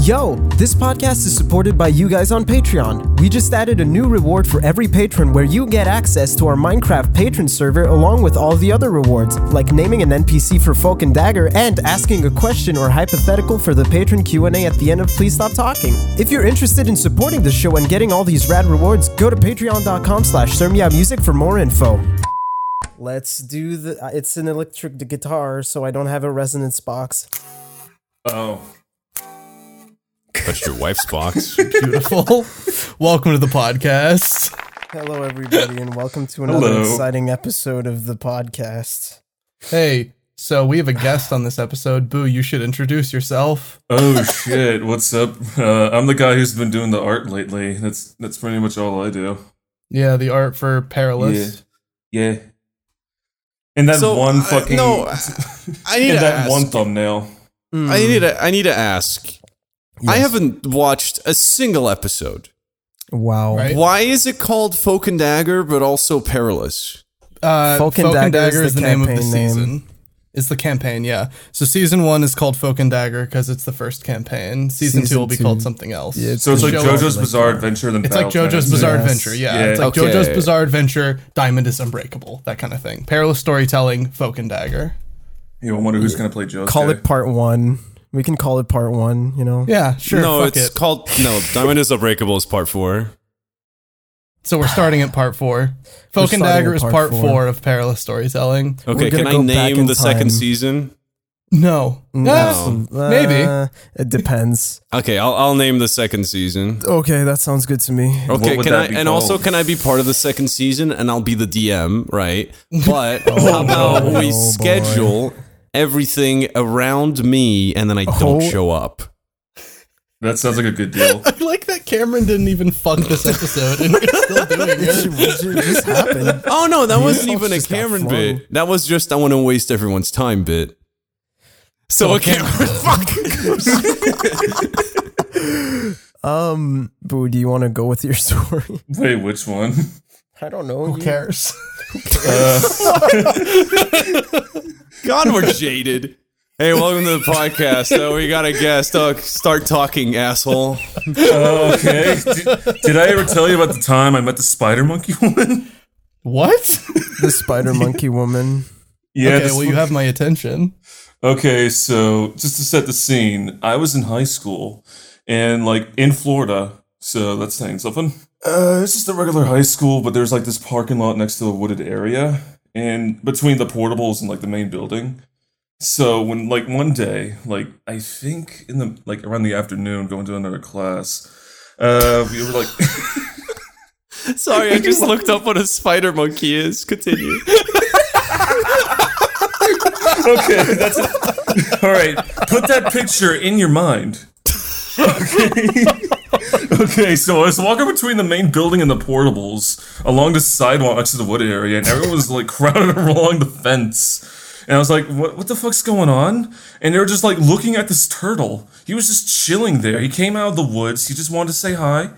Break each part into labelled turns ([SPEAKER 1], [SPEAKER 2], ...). [SPEAKER 1] Yo, this podcast is supported by you guys on Patreon. We just added a new reward for every patron where you get access to our Minecraft patron server along with all the other rewards, like naming an NPC for Folk and Dagger and asking a question or hypothetical for the patron Q&A at the end of Please Stop Talking. If you're interested in supporting the show and getting all these rad rewards, go to patreon.com slash Music for more info. Let's do the. uh, It's an electric guitar, so I don't have a resonance box.
[SPEAKER 2] Oh,
[SPEAKER 3] That's your wife's box.
[SPEAKER 4] Beautiful. Welcome to the podcast.
[SPEAKER 1] Hello, everybody, and welcome to another
[SPEAKER 2] Hello.
[SPEAKER 1] exciting episode of the podcast.
[SPEAKER 4] Hey, so we have a guest on this episode. Boo, you should introduce yourself.
[SPEAKER 2] oh shit! What's up? Uh, I'm the guy who's been doing the art lately. That's that's pretty much all I do.
[SPEAKER 4] Yeah, the art for Perilous.
[SPEAKER 2] Yeah. And that
[SPEAKER 3] So,
[SPEAKER 4] uh,
[SPEAKER 2] one
[SPEAKER 3] I-
[SPEAKER 2] fucking
[SPEAKER 3] no, I need
[SPEAKER 2] and
[SPEAKER 3] to
[SPEAKER 2] that
[SPEAKER 3] ask.
[SPEAKER 2] one thumbnail.
[SPEAKER 3] I need to. I need to ask. I haven't watched a single episode.
[SPEAKER 1] Wow.
[SPEAKER 4] Right?
[SPEAKER 3] Why is it called Folk and Dagger, but also Perilous?
[SPEAKER 4] Uh,
[SPEAKER 1] Folk and Dagger is the campaign name.
[SPEAKER 4] It's the campaign, yeah. So season one is called Folk and Dagger because it's the first campaign. Season, two
[SPEAKER 1] Season
[SPEAKER 4] will be
[SPEAKER 1] two.
[SPEAKER 4] called something else.
[SPEAKER 1] Yeah,
[SPEAKER 2] So it's
[SPEAKER 4] The
[SPEAKER 2] like
[SPEAKER 4] show is
[SPEAKER 2] JoJo's
[SPEAKER 1] like
[SPEAKER 2] Bizarre Adventure. Then
[SPEAKER 4] It's like
[SPEAKER 2] Final
[SPEAKER 4] JoJo's
[SPEAKER 2] Fantasy.
[SPEAKER 4] Bizarre
[SPEAKER 1] Yes.
[SPEAKER 4] Adventure. Yeah,
[SPEAKER 2] Yeah.
[SPEAKER 4] it's like
[SPEAKER 3] Okay.
[SPEAKER 4] JoJo's Bizarre Adventure, Diamond is Unbreakable, that kind of thing. Perilous storytelling, Folk and Dagger.
[SPEAKER 2] You wonder who's gonna play JoJo.
[SPEAKER 1] Call it part one. We can call it part one, you know?
[SPEAKER 4] Yeah, sure.
[SPEAKER 3] no,
[SPEAKER 4] fuck
[SPEAKER 3] it's
[SPEAKER 4] it.
[SPEAKER 3] called no. Diamond is Unbreakable is part four.
[SPEAKER 4] So we're starting at part four. Folk
[SPEAKER 1] starting
[SPEAKER 4] and Dagger
[SPEAKER 1] at
[SPEAKER 4] is
[SPEAKER 1] part
[SPEAKER 4] part
[SPEAKER 1] four.
[SPEAKER 4] four. of Perilous Storytelling.
[SPEAKER 3] Okay,
[SPEAKER 1] gonna
[SPEAKER 3] can I
[SPEAKER 1] go back in
[SPEAKER 3] name the
[SPEAKER 1] time.
[SPEAKER 3] second season?
[SPEAKER 4] No. Ah,
[SPEAKER 1] Uh,
[SPEAKER 4] Maybe.
[SPEAKER 1] It depends.
[SPEAKER 3] Okay, I'll, I'll name the second season.
[SPEAKER 1] Okay, that sounds good to me.
[SPEAKER 3] Okay,
[SPEAKER 2] would
[SPEAKER 3] can
[SPEAKER 2] that
[SPEAKER 3] I?
[SPEAKER 2] be
[SPEAKER 3] And also,
[SPEAKER 2] called?
[SPEAKER 3] can I be part of the second season? And I'll be the DM, right? But how about
[SPEAKER 1] boy. Oh,
[SPEAKER 3] we
[SPEAKER 1] boy.
[SPEAKER 3] schedule everything around me, and then I
[SPEAKER 1] Oh.
[SPEAKER 3] don't show up?
[SPEAKER 2] That sounds like a good deal.
[SPEAKER 4] I like that Cameron didn't even fuck this episode and we're still doing
[SPEAKER 1] It should-
[SPEAKER 4] it.
[SPEAKER 1] it should just happen.
[SPEAKER 3] Oh no, that wasn't
[SPEAKER 1] Oh,
[SPEAKER 3] even a
[SPEAKER 1] just got
[SPEAKER 3] Cameron
[SPEAKER 1] flung.
[SPEAKER 3] bit. That was just I want to waste everyone's time bit. So a Cameron, fuck.
[SPEAKER 1] Um, Boo, do you want to go with your story?
[SPEAKER 2] Wait, which one?
[SPEAKER 1] I don't know.
[SPEAKER 4] Who cares?
[SPEAKER 3] God, we're jaded. Hey, welcome to the podcast. So we got a guest. Uh, start talking, asshole.
[SPEAKER 2] Oh, okay. Did, did I ever tell you about the time I met the spider monkey woman?
[SPEAKER 4] What?
[SPEAKER 1] The spider monkey woman.
[SPEAKER 2] yeah.
[SPEAKER 4] okay,
[SPEAKER 2] this
[SPEAKER 4] well, you have my attention.
[SPEAKER 2] Okay, so just to set the scene, I was in high school and like in Florida, so that's saying something. Uh, it's just a regular high school, but there's like this parking lot next to the wooded area and between the portables and like the main building. So when like one day, like I think in the like around the afternoon, going to another class, uh, we were like,
[SPEAKER 3] Sorry, I just looked up what a spider monkey is. Continue.
[SPEAKER 2] okay, that's all right. Put that picture in your mind. Okay. okay, so I was walking between the main building and the portables along the sidewalk next to the wood area, and everyone was like crowded along the fence. And I was like, what, what the fuck's going on? And they were just like looking at this turtle. He was just chilling there. He came out of the woods. He just wanted to say hi.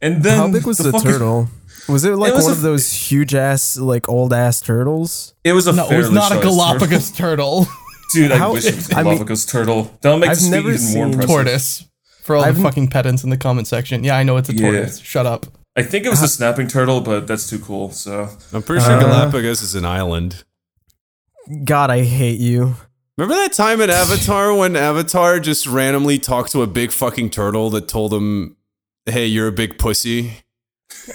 [SPEAKER 2] And then
[SPEAKER 1] How big was the,
[SPEAKER 2] fucking-
[SPEAKER 1] turtle? Was it like
[SPEAKER 2] It was
[SPEAKER 1] one
[SPEAKER 2] a-
[SPEAKER 1] of those huge ass, like old ass turtles?
[SPEAKER 2] It was a
[SPEAKER 4] No, it was
[SPEAKER 2] fairly
[SPEAKER 4] not a
[SPEAKER 2] sized turtle.
[SPEAKER 4] Galapagos turtle,
[SPEAKER 2] Dude, I
[SPEAKER 1] How-
[SPEAKER 2] wish it was a
[SPEAKER 1] I mean-
[SPEAKER 2] Galapagos turtle. That'll make
[SPEAKER 1] I've
[SPEAKER 2] the speed
[SPEAKER 1] never
[SPEAKER 2] even more
[SPEAKER 1] seen
[SPEAKER 2] impressive.
[SPEAKER 4] tortoise. For all
[SPEAKER 1] I've-
[SPEAKER 4] the fucking pedants in the comment section. Yeah, I know it's a
[SPEAKER 2] Yeah.
[SPEAKER 4] tortoise. Shut up.
[SPEAKER 2] I think it was a snapping turtle, but that's too cool. So
[SPEAKER 3] I'm pretty sure Galapagos is an island.
[SPEAKER 1] God, I hate you.
[SPEAKER 3] Remember that time in Avatar when Avatar just randomly talked to a big fucking turtle that told him, "Hey, you're a big pussy."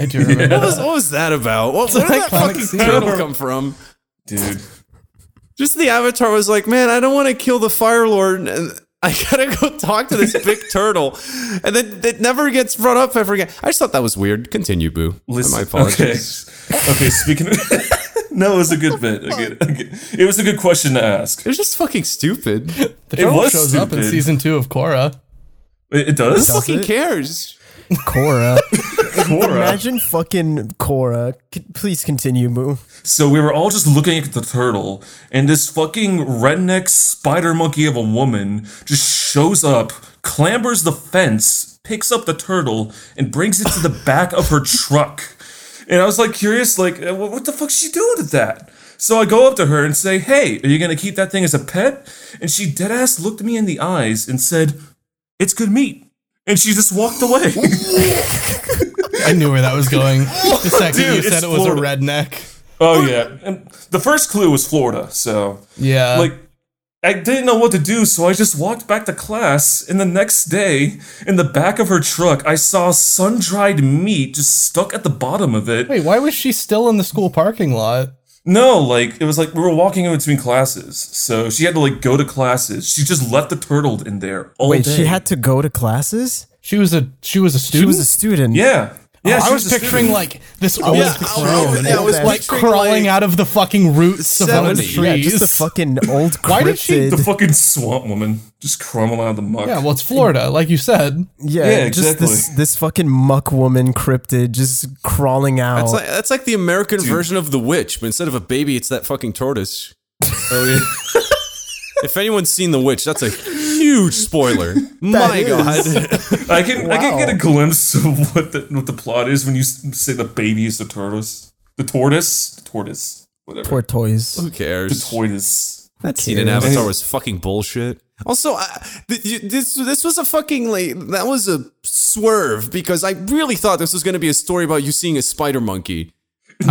[SPEAKER 4] I do remember.
[SPEAKER 3] What was, what was that about? What, where did that
[SPEAKER 4] iconic
[SPEAKER 3] fucking
[SPEAKER 4] scene.
[SPEAKER 3] turtle come from?
[SPEAKER 2] dude,
[SPEAKER 3] Just the Avatar was like, "Man, I don't want to kill the Fire Lord." And, I gotta go talk to this big turtle, and then it never gets brought up ever again. I just thought that was weird. Continue, Boo. My
[SPEAKER 2] listen. Okay,
[SPEAKER 3] apologies.
[SPEAKER 2] okay. Speaking of, no, it was a good bit. A good, a good- it was a good question to ask.
[SPEAKER 3] It was just fucking stupid.
[SPEAKER 4] The
[SPEAKER 2] It
[SPEAKER 4] turtle
[SPEAKER 2] was
[SPEAKER 4] shows up in
[SPEAKER 2] stupid.
[SPEAKER 4] season two of Korra.
[SPEAKER 2] It, it
[SPEAKER 3] Who
[SPEAKER 2] does.
[SPEAKER 3] fucking cares?
[SPEAKER 1] Cora.
[SPEAKER 2] Cora.
[SPEAKER 1] Imagine fucking Cora. C- please continue, Moo.
[SPEAKER 2] So we were all just looking at the turtle, and this fucking redneck spider monkey of a woman just shows up, clambers the fence, picks up the turtle, and brings it to the back of her truck. And I was like curious, like, uh, wh- what the fuck's she doing with that? So I go up to her and say, hey, are you gonna keep that thing as a pet? And she deadass looked me in the eyes and said, it's good meat. and she just walked away.
[SPEAKER 4] I knew where that was going. The second
[SPEAKER 2] Dude,
[SPEAKER 4] you
[SPEAKER 2] it's
[SPEAKER 4] said it was
[SPEAKER 2] Florida.
[SPEAKER 4] a redneck.
[SPEAKER 2] oh yeah, and the first clue was Florida, so
[SPEAKER 4] Yeah.
[SPEAKER 2] like I didn't know what to do, so I just walked back to class. And the next day, in the back of her truck, I saw sun-dried meat just stuck at the bottom of it.
[SPEAKER 4] wait, why was she still in the school parking lot?
[SPEAKER 2] No, like it was like we were walking in between classes, so she had to like go to classes. She just left the turtle in there all
[SPEAKER 1] Wait,
[SPEAKER 2] day.
[SPEAKER 1] she had to go to classes?
[SPEAKER 4] She was a she was a
[SPEAKER 1] She
[SPEAKER 4] student.
[SPEAKER 1] was a student.
[SPEAKER 2] yeah, yeah.
[SPEAKER 4] Oh, I
[SPEAKER 2] she
[SPEAKER 4] was,
[SPEAKER 2] a
[SPEAKER 4] picturing
[SPEAKER 2] student.
[SPEAKER 4] like this old
[SPEAKER 3] yeah, I was-
[SPEAKER 4] crone,
[SPEAKER 3] yeah, I was
[SPEAKER 4] like
[SPEAKER 3] picturing,
[SPEAKER 4] crawling
[SPEAKER 3] like,
[SPEAKER 4] out of the fucking roots of those
[SPEAKER 3] 70.
[SPEAKER 4] trees.
[SPEAKER 1] Yeah, just a fucking old cryptid.
[SPEAKER 4] Why did she-
[SPEAKER 2] the fucking swamp woman just crumbling out of the muck.
[SPEAKER 4] Yeah, well, it's Florida, like you said.
[SPEAKER 1] yeah,
[SPEAKER 2] Yeah,
[SPEAKER 1] just this
[SPEAKER 2] exactly.
[SPEAKER 1] this fucking muck woman cryptid just crawling out.
[SPEAKER 2] Oh.
[SPEAKER 3] That's like, that's like the American version of the witch, but instead of a baby, it's that fucking tortoise.
[SPEAKER 2] Oh, yeah.
[SPEAKER 3] If anyone's seen the witch, that's a huge spoiler. My God,
[SPEAKER 2] I can I can
[SPEAKER 1] Wow.
[SPEAKER 2] get a glimpse of what the what the plot is when you s- say the baby is the tortoise, the tortoise, the tortoise, whatever,
[SPEAKER 1] Poor toys.
[SPEAKER 3] who cares?
[SPEAKER 2] tortoise.
[SPEAKER 1] That's
[SPEAKER 3] Keenan Avatar was fucking bullshit. Also, I, th- you, this this was a fucking like that was a swerve because I really thought this was going to be a story about you seeing a spider monkey.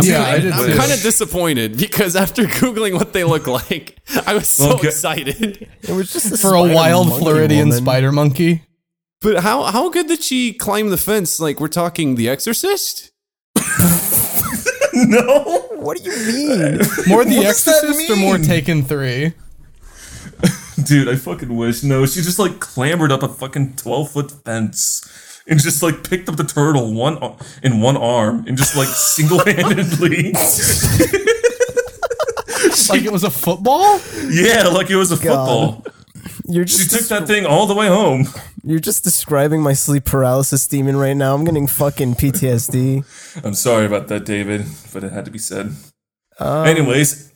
[SPEAKER 4] yeah, I did
[SPEAKER 3] I'm
[SPEAKER 4] too.
[SPEAKER 3] kind of disappointed because after googling what they look like, I was so
[SPEAKER 2] Okay.
[SPEAKER 3] excited.
[SPEAKER 1] It was just a
[SPEAKER 4] for a
[SPEAKER 1] spider
[SPEAKER 4] wild
[SPEAKER 1] monkey
[SPEAKER 4] Floridian
[SPEAKER 1] woman.
[SPEAKER 4] spider monkey.
[SPEAKER 3] But how how good did she climb the fence? Like we're talking The Exorcist.
[SPEAKER 2] No,
[SPEAKER 1] What do you mean?
[SPEAKER 4] More The
[SPEAKER 2] What's that
[SPEAKER 4] Exorcist or more
[SPEAKER 2] mean?
[SPEAKER 4] Taken Three?
[SPEAKER 2] dude, I fucking wish. No, she just like clambered up a fucking twelve foot fence and just like picked up the turtle one ar- in one arm and just like single handedly,
[SPEAKER 4] Like it was a football.
[SPEAKER 2] yeah, like it was a football.
[SPEAKER 1] You're
[SPEAKER 2] She
[SPEAKER 1] just
[SPEAKER 2] took that thing all the way home.
[SPEAKER 1] you're just describing my sleep paralysis demon right now. I'm getting fucking PTSD.
[SPEAKER 2] I'm sorry about that, David, but it had to be said. Anyways,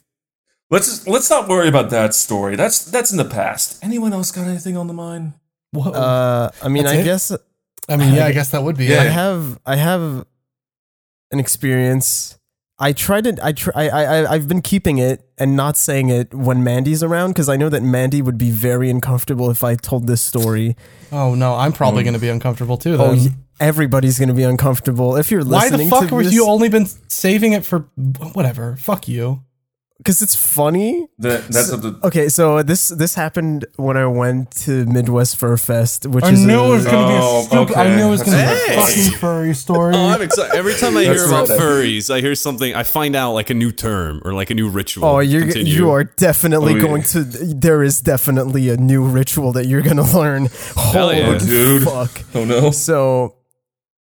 [SPEAKER 2] let's just, let's not worry about that story. That's that's in the past. Anyone else got anything on the mind?
[SPEAKER 4] Whoa.
[SPEAKER 1] Uh, I mean,
[SPEAKER 4] That's
[SPEAKER 1] I
[SPEAKER 4] it?
[SPEAKER 1] guess
[SPEAKER 4] I mean, yeah, I guess that would be.
[SPEAKER 1] I
[SPEAKER 4] Yeah.
[SPEAKER 1] have I have an experience. I tried to I try I, I I've been keeping it and not saying it when Mandy's around because I know that Mandy would be very uncomfortable if I told this story.
[SPEAKER 4] Oh no, I'm probably going to be uncomfortable too. Then.
[SPEAKER 1] Oh, y- everybody's gonna be uncomfortable if you're
[SPEAKER 4] Why the
[SPEAKER 1] listening.
[SPEAKER 4] fuck
[SPEAKER 1] to
[SPEAKER 4] were
[SPEAKER 1] this,
[SPEAKER 4] you only been saving it for whatever? Fuck you.
[SPEAKER 1] Because it's funny.
[SPEAKER 2] That that's up to
[SPEAKER 1] Okay, so this this happened when I went to Midwest Fur Fest, which
[SPEAKER 4] I
[SPEAKER 1] is
[SPEAKER 4] knew
[SPEAKER 1] a-
[SPEAKER 4] it was going to be
[SPEAKER 2] Oh,
[SPEAKER 4] a stupid. I
[SPEAKER 2] okay.
[SPEAKER 4] knew it was going to be
[SPEAKER 3] Hey!
[SPEAKER 4] a fucking furry story.
[SPEAKER 3] Oh, I'm excited. Every time I hear
[SPEAKER 2] That's
[SPEAKER 3] about
[SPEAKER 2] right.
[SPEAKER 3] furries, I hear something. I find out like a new term or like a new ritual.
[SPEAKER 1] Oh, you're
[SPEAKER 3] Continue.
[SPEAKER 1] you are definitely
[SPEAKER 2] Oh, yeah.
[SPEAKER 1] going to. There is definitely a new ritual that you're going to learn. Holy
[SPEAKER 3] yeah,
[SPEAKER 2] dude.
[SPEAKER 1] fuck!
[SPEAKER 2] Oh no.
[SPEAKER 1] So,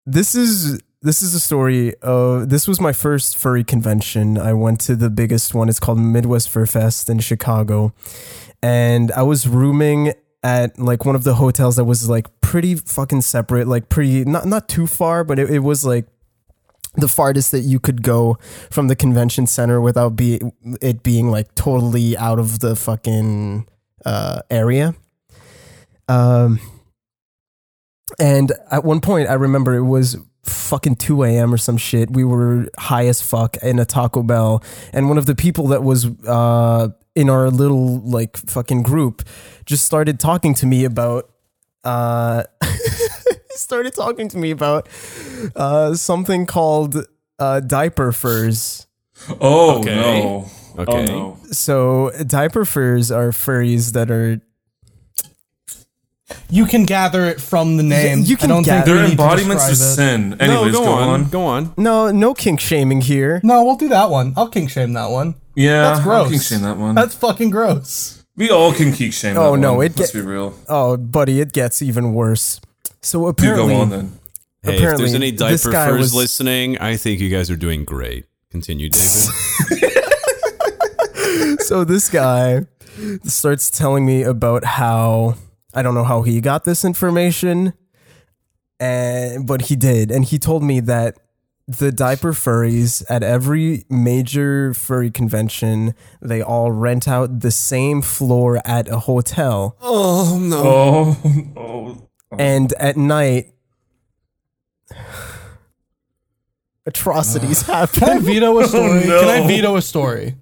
[SPEAKER 1] this is this is a story of this was my first furry convention. I went to the biggest one. It's called Midwest Fur Fest in Chicago, and I was rooming at like one of the hotels that was like pretty fucking separate, like pretty not not too far, but it, it was like the farthest that you could go from the convention center without be it being like totally out of the fucking uh, area. Um, and at one point, I remember it was fucking 2 a.m. or some shit. We were high as fuck in a Taco Bell. And one of the people that was uh, in our little, like, fucking group just started talking to me about. Uh, started talking to me about uh, something called uh, diaper furs.
[SPEAKER 2] Oh
[SPEAKER 3] Okay.
[SPEAKER 2] no. Oh
[SPEAKER 3] Okay.
[SPEAKER 2] no.
[SPEAKER 1] So diaper furs are furries that are
[SPEAKER 4] you can gather it from the name.
[SPEAKER 1] you
[SPEAKER 4] I
[SPEAKER 1] can
[SPEAKER 4] don't think
[SPEAKER 1] gather-
[SPEAKER 4] we
[SPEAKER 2] Their
[SPEAKER 4] need to
[SPEAKER 2] embodiments of
[SPEAKER 4] describe it.
[SPEAKER 2] sin.
[SPEAKER 3] No,
[SPEAKER 2] Anyways,
[SPEAKER 3] go, on. Go on.
[SPEAKER 1] no no kink shaming here.
[SPEAKER 4] No, we'll do that one. I'll kink shame that one.
[SPEAKER 2] Yeah,
[SPEAKER 4] That's gross.
[SPEAKER 2] I can shame that one.
[SPEAKER 4] That's fucking gross.
[SPEAKER 2] we all can keep shame.
[SPEAKER 1] Oh,
[SPEAKER 2] that
[SPEAKER 1] no,
[SPEAKER 2] one.
[SPEAKER 1] it
[SPEAKER 2] Let's
[SPEAKER 1] get-
[SPEAKER 2] be real.
[SPEAKER 1] Oh, buddy, it gets even worse. So
[SPEAKER 2] You go
[SPEAKER 1] apparently,
[SPEAKER 2] on then.
[SPEAKER 3] Hey, if
[SPEAKER 1] Apparently,
[SPEAKER 3] there's any
[SPEAKER 1] this
[SPEAKER 3] diaper
[SPEAKER 1] guy
[SPEAKER 3] furs
[SPEAKER 1] was-
[SPEAKER 3] listening, I think you guys are doing great. Continue, David.
[SPEAKER 1] so this guy starts telling me about how I don't know how he got this information, and but he did, and he told me that the diaper furries at every major furry convention they all rent out the same floor at a hotel.
[SPEAKER 3] oh no.
[SPEAKER 2] Oh, oh.
[SPEAKER 1] and at night atrocities happen
[SPEAKER 4] Can I veto a story?
[SPEAKER 2] Oh, no.
[SPEAKER 4] Can I veto a story? Can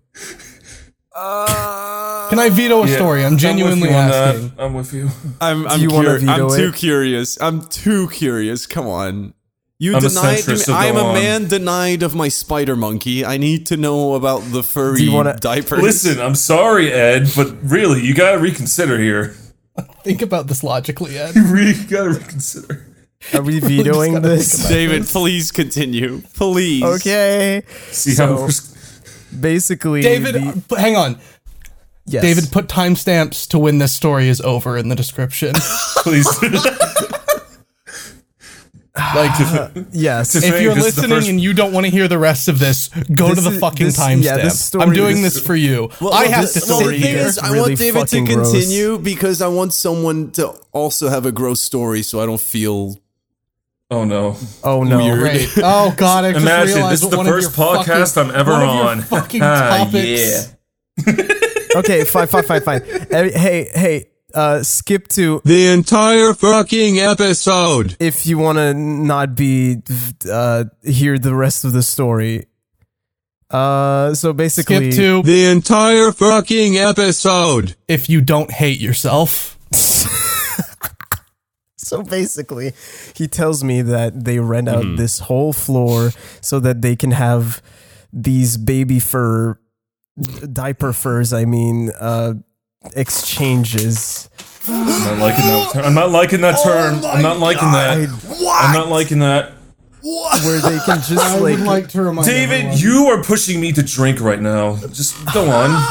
[SPEAKER 4] I veto a
[SPEAKER 2] Uh, Yeah,
[SPEAKER 4] story? I'm genuinely
[SPEAKER 2] I'm with you
[SPEAKER 4] asking.
[SPEAKER 2] On that. I'm with you.
[SPEAKER 3] I'm, I'm,
[SPEAKER 1] you wanna
[SPEAKER 3] curi- I'm
[SPEAKER 1] veto
[SPEAKER 3] too
[SPEAKER 1] it?
[SPEAKER 3] curious. I'm too curious. Come on. You
[SPEAKER 2] I'm a
[SPEAKER 3] denied to me.
[SPEAKER 2] centrist, so
[SPEAKER 3] I'm
[SPEAKER 2] go
[SPEAKER 3] a
[SPEAKER 2] on.
[SPEAKER 3] man denied of my spider monkey. I need to know about the furry
[SPEAKER 1] you wanna-
[SPEAKER 3] diapers.
[SPEAKER 2] Listen, I'm sorry, Ed, but really, you gotta reconsider here.
[SPEAKER 4] Think about this logically, Ed.
[SPEAKER 2] You really gotta reconsider.
[SPEAKER 1] Are we vetoing
[SPEAKER 4] gotta
[SPEAKER 1] this?
[SPEAKER 3] David, please continue. Please.
[SPEAKER 1] Okay.
[SPEAKER 2] See
[SPEAKER 1] So-
[SPEAKER 2] how much-
[SPEAKER 1] Basically,
[SPEAKER 4] David,
[SPEAKER 1] the-
[SPEAKER 4] uh, hang on.
[SPEAKER 1] yes.
[SPEAKER 4] David, put timestamps to when this story is over in the description.
[SPEAKER 2] please.
[SPEAKER 4] like,
[SPEAKER 1] yes.
[SPEAKER 2] If-
[SPEAKER 4] if
[SPEAKER 2] Frank,
[SPEAKER 4] you're
[SPEAKER 2] this is the
[SPEAKER 4] listening
[SPEAKER 2] first-
[SPEAKER 4] and you don't want to hear the rest of this, go
[SPEAKER 1] This
[SPEAKER 4] to the
[SPEAKER 1] is-
[SPEAKER 4] fucking
[SPEAKER 1] this-
[SPEAKER 4] timestamp.
[SPEAKER 1] yeah, this story
[SPEAKER 4] I'm doing
[SPEAKER 1] is-
[SPEAKER 4] this for you.
[SPEAKER 3] Well,
[SPEAKER 4] I
[SPEAKER 3] well,
[SPEAKER 4] have
[SPEAKER 3] the,
[SPEAKER 4] to
[SPEAKER 3] well,
[SPEAKER 4] story
[SPEAKER 3] the thing
[SPEAKER 4] here.
[SPEAKER 3] is, I
[SPEAKER 1] Really
[SPEAKER 3] want David to
[SPEAKER 1] fucking gross.
[SPEAKER 3] continue because I want someone to also have a gross story, so I don't feel
[SPEAKER 2] oh no.
[SPEAKER 1] oh no.
[SPEAKER 3] weird.
[SPEAKER 4] Great. Oh god, I just
[SPEAKER 2] Imagine,
[SPEAKER 4] realized
[SPEAKER 2] this is
[SPEAKER 4] what
[SPEAKER 2] the
[SPEAKER 4] one of
[SPEAKER 2] first
[SPEAKER 4] your
[SPEAKER 2] podcast
[SPEAKER 4] fucking-
[SPEAKER 2] I'm ever
[SPEAKER 4] one of your
[SPEAKER 2] on.
[SPEAKER 4] fucking
[SPEAKER 2] Ah,
[SPEAKER 4] topics.
[SPEAKER 2] yeah.
[SPEAKER 1] Okay, fine, fine, fine, fine. Eh, Hey, hey, uh, skip to
[SPEAKER 5] The entire fucking episode.
[SPEAKER 1] if you want to not be uh, hear the rest of the story. Uh, so basically,
[SPEAKER 4] Skip to
[SPEAKER 5] The entire fucking episode.
[SPEAKER 4] if you don't hate yourself.
[SPEAKER 1] So basically, he tells me that they rent out
[SPEAKER 4] Mm-hmm.
[SPEAKER 1] this whole floor so that they can have these baby fur, diaper furs, I mean, uh, exchanges.
[SPEAKER 2] I'm not liking that. Term. I'm not liking that
[SPEAKER 1] Oh
[SPEAKER 2] term. I'm not liking that. I'm not liking that.
[SPEAKER 1] Where they can just like,
[SPEAKER 4] to remind
[SPEAKER 2] David, you are pushing me to drink right now. Just go on.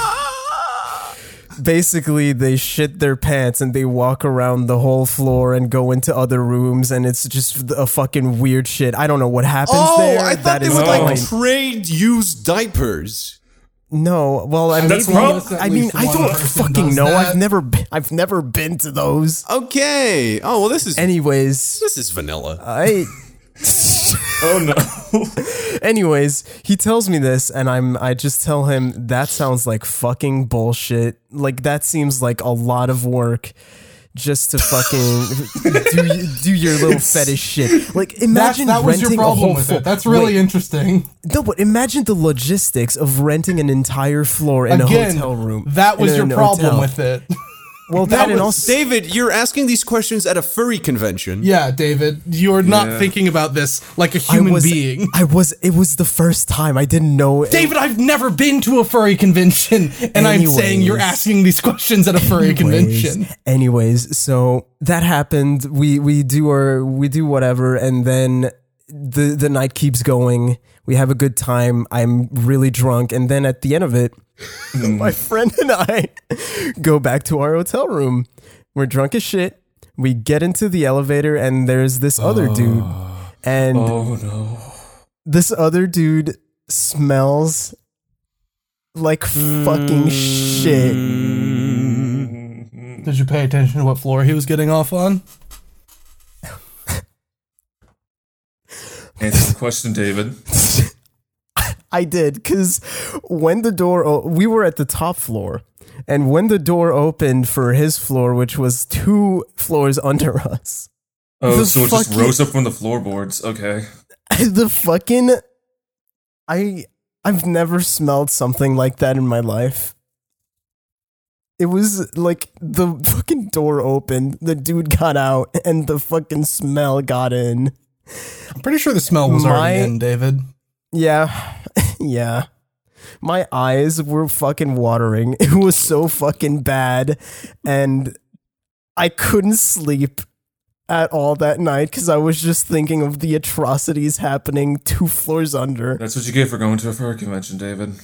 [SPEAKER 1] basically, they shit their pants and they walk around the whole floor and go into other rooms, and it's just a fucking weird shit. I don't know what happens
[SPEAKER 3] Oh,
[SPEAKER 1] there.
[SPEAKER 3] I thought
[SPEAKER 1] That
[SPEAKER 3] they
[SPEAKER 1] is
[SPEAKER 3] would
[SPEAKER 1] fine.
[SPEAKER 3] like trade used diapers.
[SPEAKER 1] No, well, I mean,
[SPEAKER 2] That's prob-
[SPEAKER 1] I mean, I
[SPEAKER 4] One
[SPEAKER 1] don't
[SPEAKER 4] person
[SPEAKER 1] fucking
[SPEAKER 4] does
[SPEAKER 1] know. I've
[SPEAKER 4] that.
[SPEAKER 1] never, been, I've never been to those.
[SPEAKER 3] Okay. Oh well, this is
[SPEAKER 1] Anyways,
[SPEAKER 3] this is vanilla.
[SPEAKER 1] I,
[SPEAKER 2] Oh no.
[SPEAKER 1] anyways, he tells me this, and I'm, I just tell him that sounds like fucking bullshit. Like that seems like a lot of work. Just to fucking do, y- do your little fetish shit. Like imagine renting a whole flo- Wait,
[SPEAKER 4] interesting.
[SPEAKER 1] no, but imagine the logistics of renting an entire floor in a hotel room.
[SPEAKER 4] that was
[SPEAKER 1] in
[SPEAKER 4] your
[SPEAKER 1] an
[SPEAKER 4] problem
[SPEAKER 1] hotel.
[SPEAKER 4] with it.
[SPEAKER 1] Well, that,
[SPEAKER 3] That
[SPEAKER 1] and
[SPEAKER 3] was-
[SPEAKER 1] also
[SPEAKER 3] Oh, David, you're asking these questions at a furry convention.
[SPEAKER 4] Yeah, David, you're not
[SPEAKER 2] Yeah.
[SPEAKER 4] thinking about this like a
[SPEAKER 1] I
[SPEAKER 4] human
[SPEAKER 1] was-
[SPEAKER 4] being.
[SPEAKER 1] I was. It was the first time. I didn't know. it-
[SPEAKER 4] David, I've never been to a furry convention, and I'm saying you're
[SPEAKER 1] Anyways.
[SPEAKER 4] asking these questions at a furry convention.
[SPEAKER 1] Anyways, anyways, so that happened. We we do our we do whatever, and then the the night keeps going. We have a good time. I'm really drunk, and then at the end of it,
[SPEAKER 2] Mm.
[SPEAKER 1] my friend and I go back to our hotel room. We're drunk as shit. We get into the elevator, and there's this other dude, and
[SPEAKER 2] Ah. Oh no.
[SPEAKER 1] this other dude smells like fucking
[SPEAKER 2] Mm.
[SPEAKER 1] shit.
[SPEAKER 4] Did you pay attention to what floor he was getting off on?
[SPEAKER 2] Answer the question, David.
[SPEAKER 1] I did because when the door o- we were at the top floor, and when the door opened for his floor, which was two floors under us,
[SPEAKER 2] Oh,
[SPEAKER 1] The
[SPEAKER 2] so it just
[SPEAKER 1] fucking-
[SPEAKER 2] rose up from the floorboards. Okay.
[SPEAKER 1] the fucking I I've never smelled something like that in my life. It was like the fucking door opened, the dude got out, and the fucking smell got in.
[SPEAKER 4] I'm pretty sure the smell was already
[SPEAKER 1] My-
[SPEAKER 4] in, David.
[SPEAKER 1] Yeah. yeah. My eyes were fucking watering. It was so fucking bad. And I couldn't sleep at all that night because I was just thinking of the atrocities happening two floors under.
[SPEAKER 2] That's what you get for going to a fur convention, David.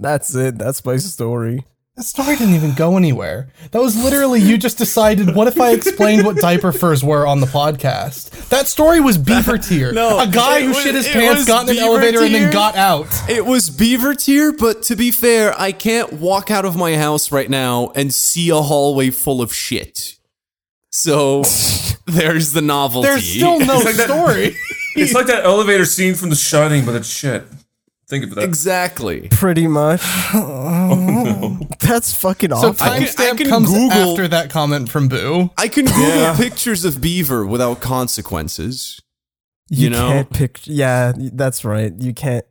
[SPEAKER 1] That's it. That's my story.
[SPEAKER 4] That story didn't even go anywhere. That was literally you just decided. What if I explained what diaper furs were on the podcast? That story was beaver tier.
[SPEAKER 3] No,
[SPEAKER 4] a guy
[SPEAKER 3] it
[SPEAKER 4] who
[SPEAKER 3] was-
[SPEAKER 4] shit his
[SPEAKER 3] it
[SPEAKER 4] pants,
[SPEAKER 3] was
[SPEAKER 4] got in an
[SPEAKER 3] beaver
[SPEAKER 4] elevator, and
[SPEAKER 3] tier.
[SPEAKER 4] then got out.
[SPEAKER 3] It was beaver tier, but to be fair, I can't walk out of my house right now and see a hallway full of shit. So there's the novelty.
[SPEAKER 4] There's still no story.
[SPEAKER 2] It's like that elevator scene from The Shining, but it's shit. Think of that.
[SPEAKER 3] exactly.
[SPEAKER 1] Pretty much. That's fucking
[SPEAKER 4] so
[SPEAKER 1] awful.
[SPEAKER 3] I can- I
[SPEAKER 4] timestamp
[SPEAKER 3] can
[SPEAKER 4] comes
[SPEAKER 3] Google-
[SPEAKER 4] after that comment from Boo.
[SPEAKER 3] I can Google pictures of beaver without consequences.
[SPEAKER 1] you
[SPEAKER 3] know?
[SPEAKER 1] can't picture. Yeah, that's right. You can't.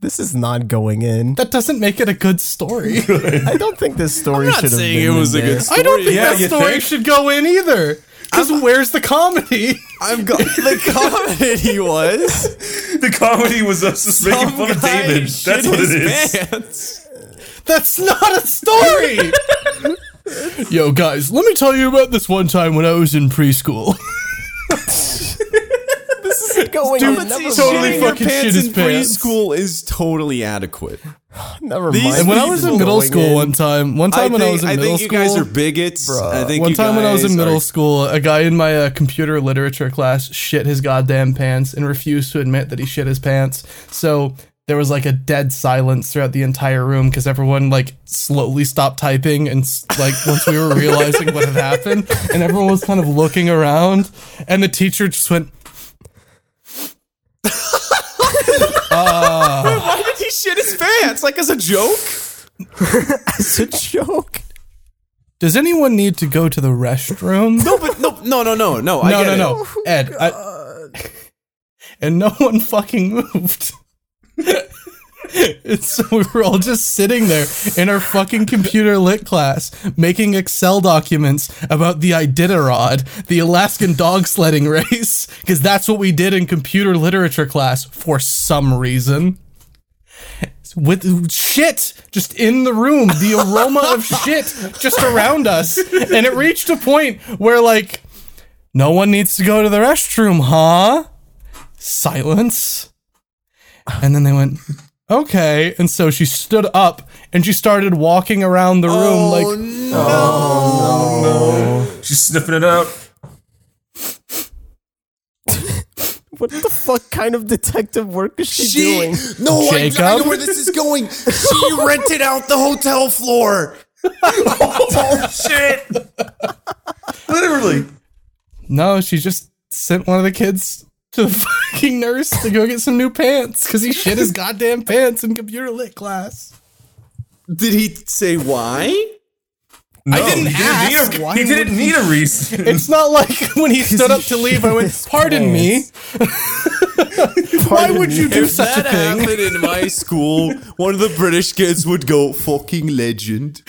[SPEAKER 1] This is not going in.
[SPEAKER 4] That doesn't make it a good story.
[SPEAKER 1] I don't think this story
[SPEAKER 3] not
[SPEAKER 1] should have
[SPEAKER 3] saying
[SPEAKER 1] been
[SPEAKER 3] it
[SPEAKER 1] in
[SPEAKER 3] was a
[SPEAKER 1] there.
[SPEAKER 3] good story.
[SPEAKER 4] I don't think
[SPEAKER 2] Yeah,
[SPEAKER 4] that
[SPEAKER 2] you
[SPEAKER 4] story
[SPEAKER 2] think?
[SPEAKER 4] should go in either. Because where's the comedy?
[SPEAKER 3] I'm go- the comedy was
[SPEAKER 2] The comedy was us just making
[SPEAKER 3] some
[SPEAKER 2] fun of
[SPEAKER 3] guy
[SPEAKER 2] David.
[SPEAKER 3] shit
[SPEAKER 2] That's what it
[SPEAKER 3] his
[SPEAKER 2] is.
[SPEAKER 3] pants.
[SPEAKER 4] That's not a story. Yo, guys, let me tell you about this one time when I was in preschool.
[SPEAKER 1] Going
[SPEAKER 4] Dude,
[SPEAKER 1] in.
[SPEAKER 4] that's
[SPEAKER 1] Never,
[SPEAKER 4] easy. Totally
[SPEAKER 3] Shitting your
[SPEAKER 4] fucking shit
[SPEAKER 3] pants
[SPEAKER 4] his
[SPEAKER 3] in
[SPEAKER 4] pants.
[SPEAKER 3] preschool is totally adequate.
[SPEAKER 1] never
[SPEAKER 3] These-
[SPEAKER 1] mind.
[SPEAKER 4] And when I was in middle
[SPEAKER 1] Going
[SPEAKER 4] school
[SPEAKER 1] in.
[SPEAKER 4] one time, one time when I was in
[SPEAKER 3] I
[SPEAKER 4] middle
[SPEAKER 3] think
[SPEAKER 4] school,
[SPEAKER 3] you guys are bigots. I think
[SPEAKER 4] one
[SPEAKER 3] you
[SPEAKER 4] time when I was in
[SPEAKER 3] guys
[SPEAKER 4] middle
[SPEAKER 3] are-
[SPEAKER 4] school, a guy in my uh, computer literature class shit his goddamn pants and refused to admit that he shit his pants. So there was like a dead silence throughout the entire room because everyone like slowly stopped typing and s- like once we were realizing what had happened and everyone was kind of looking around and the teacher just went,
[SPEAKER 3] Why did he shit his pants? Like as a joke?
[SPEAKER 1] It's a joke.
[SPEAKER 4] "Does anyone need to go to the restroom?"
[SPEAKER 3] No, but no, no, no, no, no. I
[SPEAKER 4] no,
[SPEAKER 3] get
[SPEAKER 4] no,
[SPEAKER 3] it.
[SPEAKER 4] no, Ed. I, and no one fucking moved. and so we were all just sitting there in our fucking computer lit class, making Excel documents about the Iditarod, the Alaskan dog sledding race, because that's what we did in computer literature class for some reason. With shit just in the room, the aroma of shit just around us. And it reached a point where, like, no one needs to go to the restroom, huh? Silence. And then they went, okay. And so she stood up and she started walking around the room
[SPEAKER 3] Oh,
[SPEAKER 4] like,
[SPEAKER 2] She's sniffing it out.
[SPEAKER 1] What the fuck kind of detective work is she, doing?
[SPEAKER 3] No, I,
[SPEAKER 4] Jacob?
[SPEAKER 3] I know where this is going. She rented out the hotel floor.
[SPEAKER 2] Oh shit! Literally.
[SPEAKER 4] no, she just sent one of the kids to the fucking nurse to go get some new pants because he shit his goddamn pants in computer lit class.
[SPEAKER 3] Did he say why?
[SPEAKER 2] No, I
[SPEAKER 4] didn't
[SPEAKER 2] he didn't
[SPEAKER 4] ask.
[SPEAKER 2] Need a,
[SPEAKER 4] Why
[SPEAKER 2] he
[SPEAKER 4] would
[SPEAKER 2] didn't
[SPEAKER 4] he-
[SPEAKER 2] need a reason.
[SPEAKER 4] It's not like when he stood up to leave, I went, pardon me. Why would you do
[SPEAKER 3] If
[SPEAKER 4] such a
[SPEAKER 3] that
[SPEAKER 4] thing?
[SPEAKER 3] happened in my school, one of the British kids would go, fucking legend.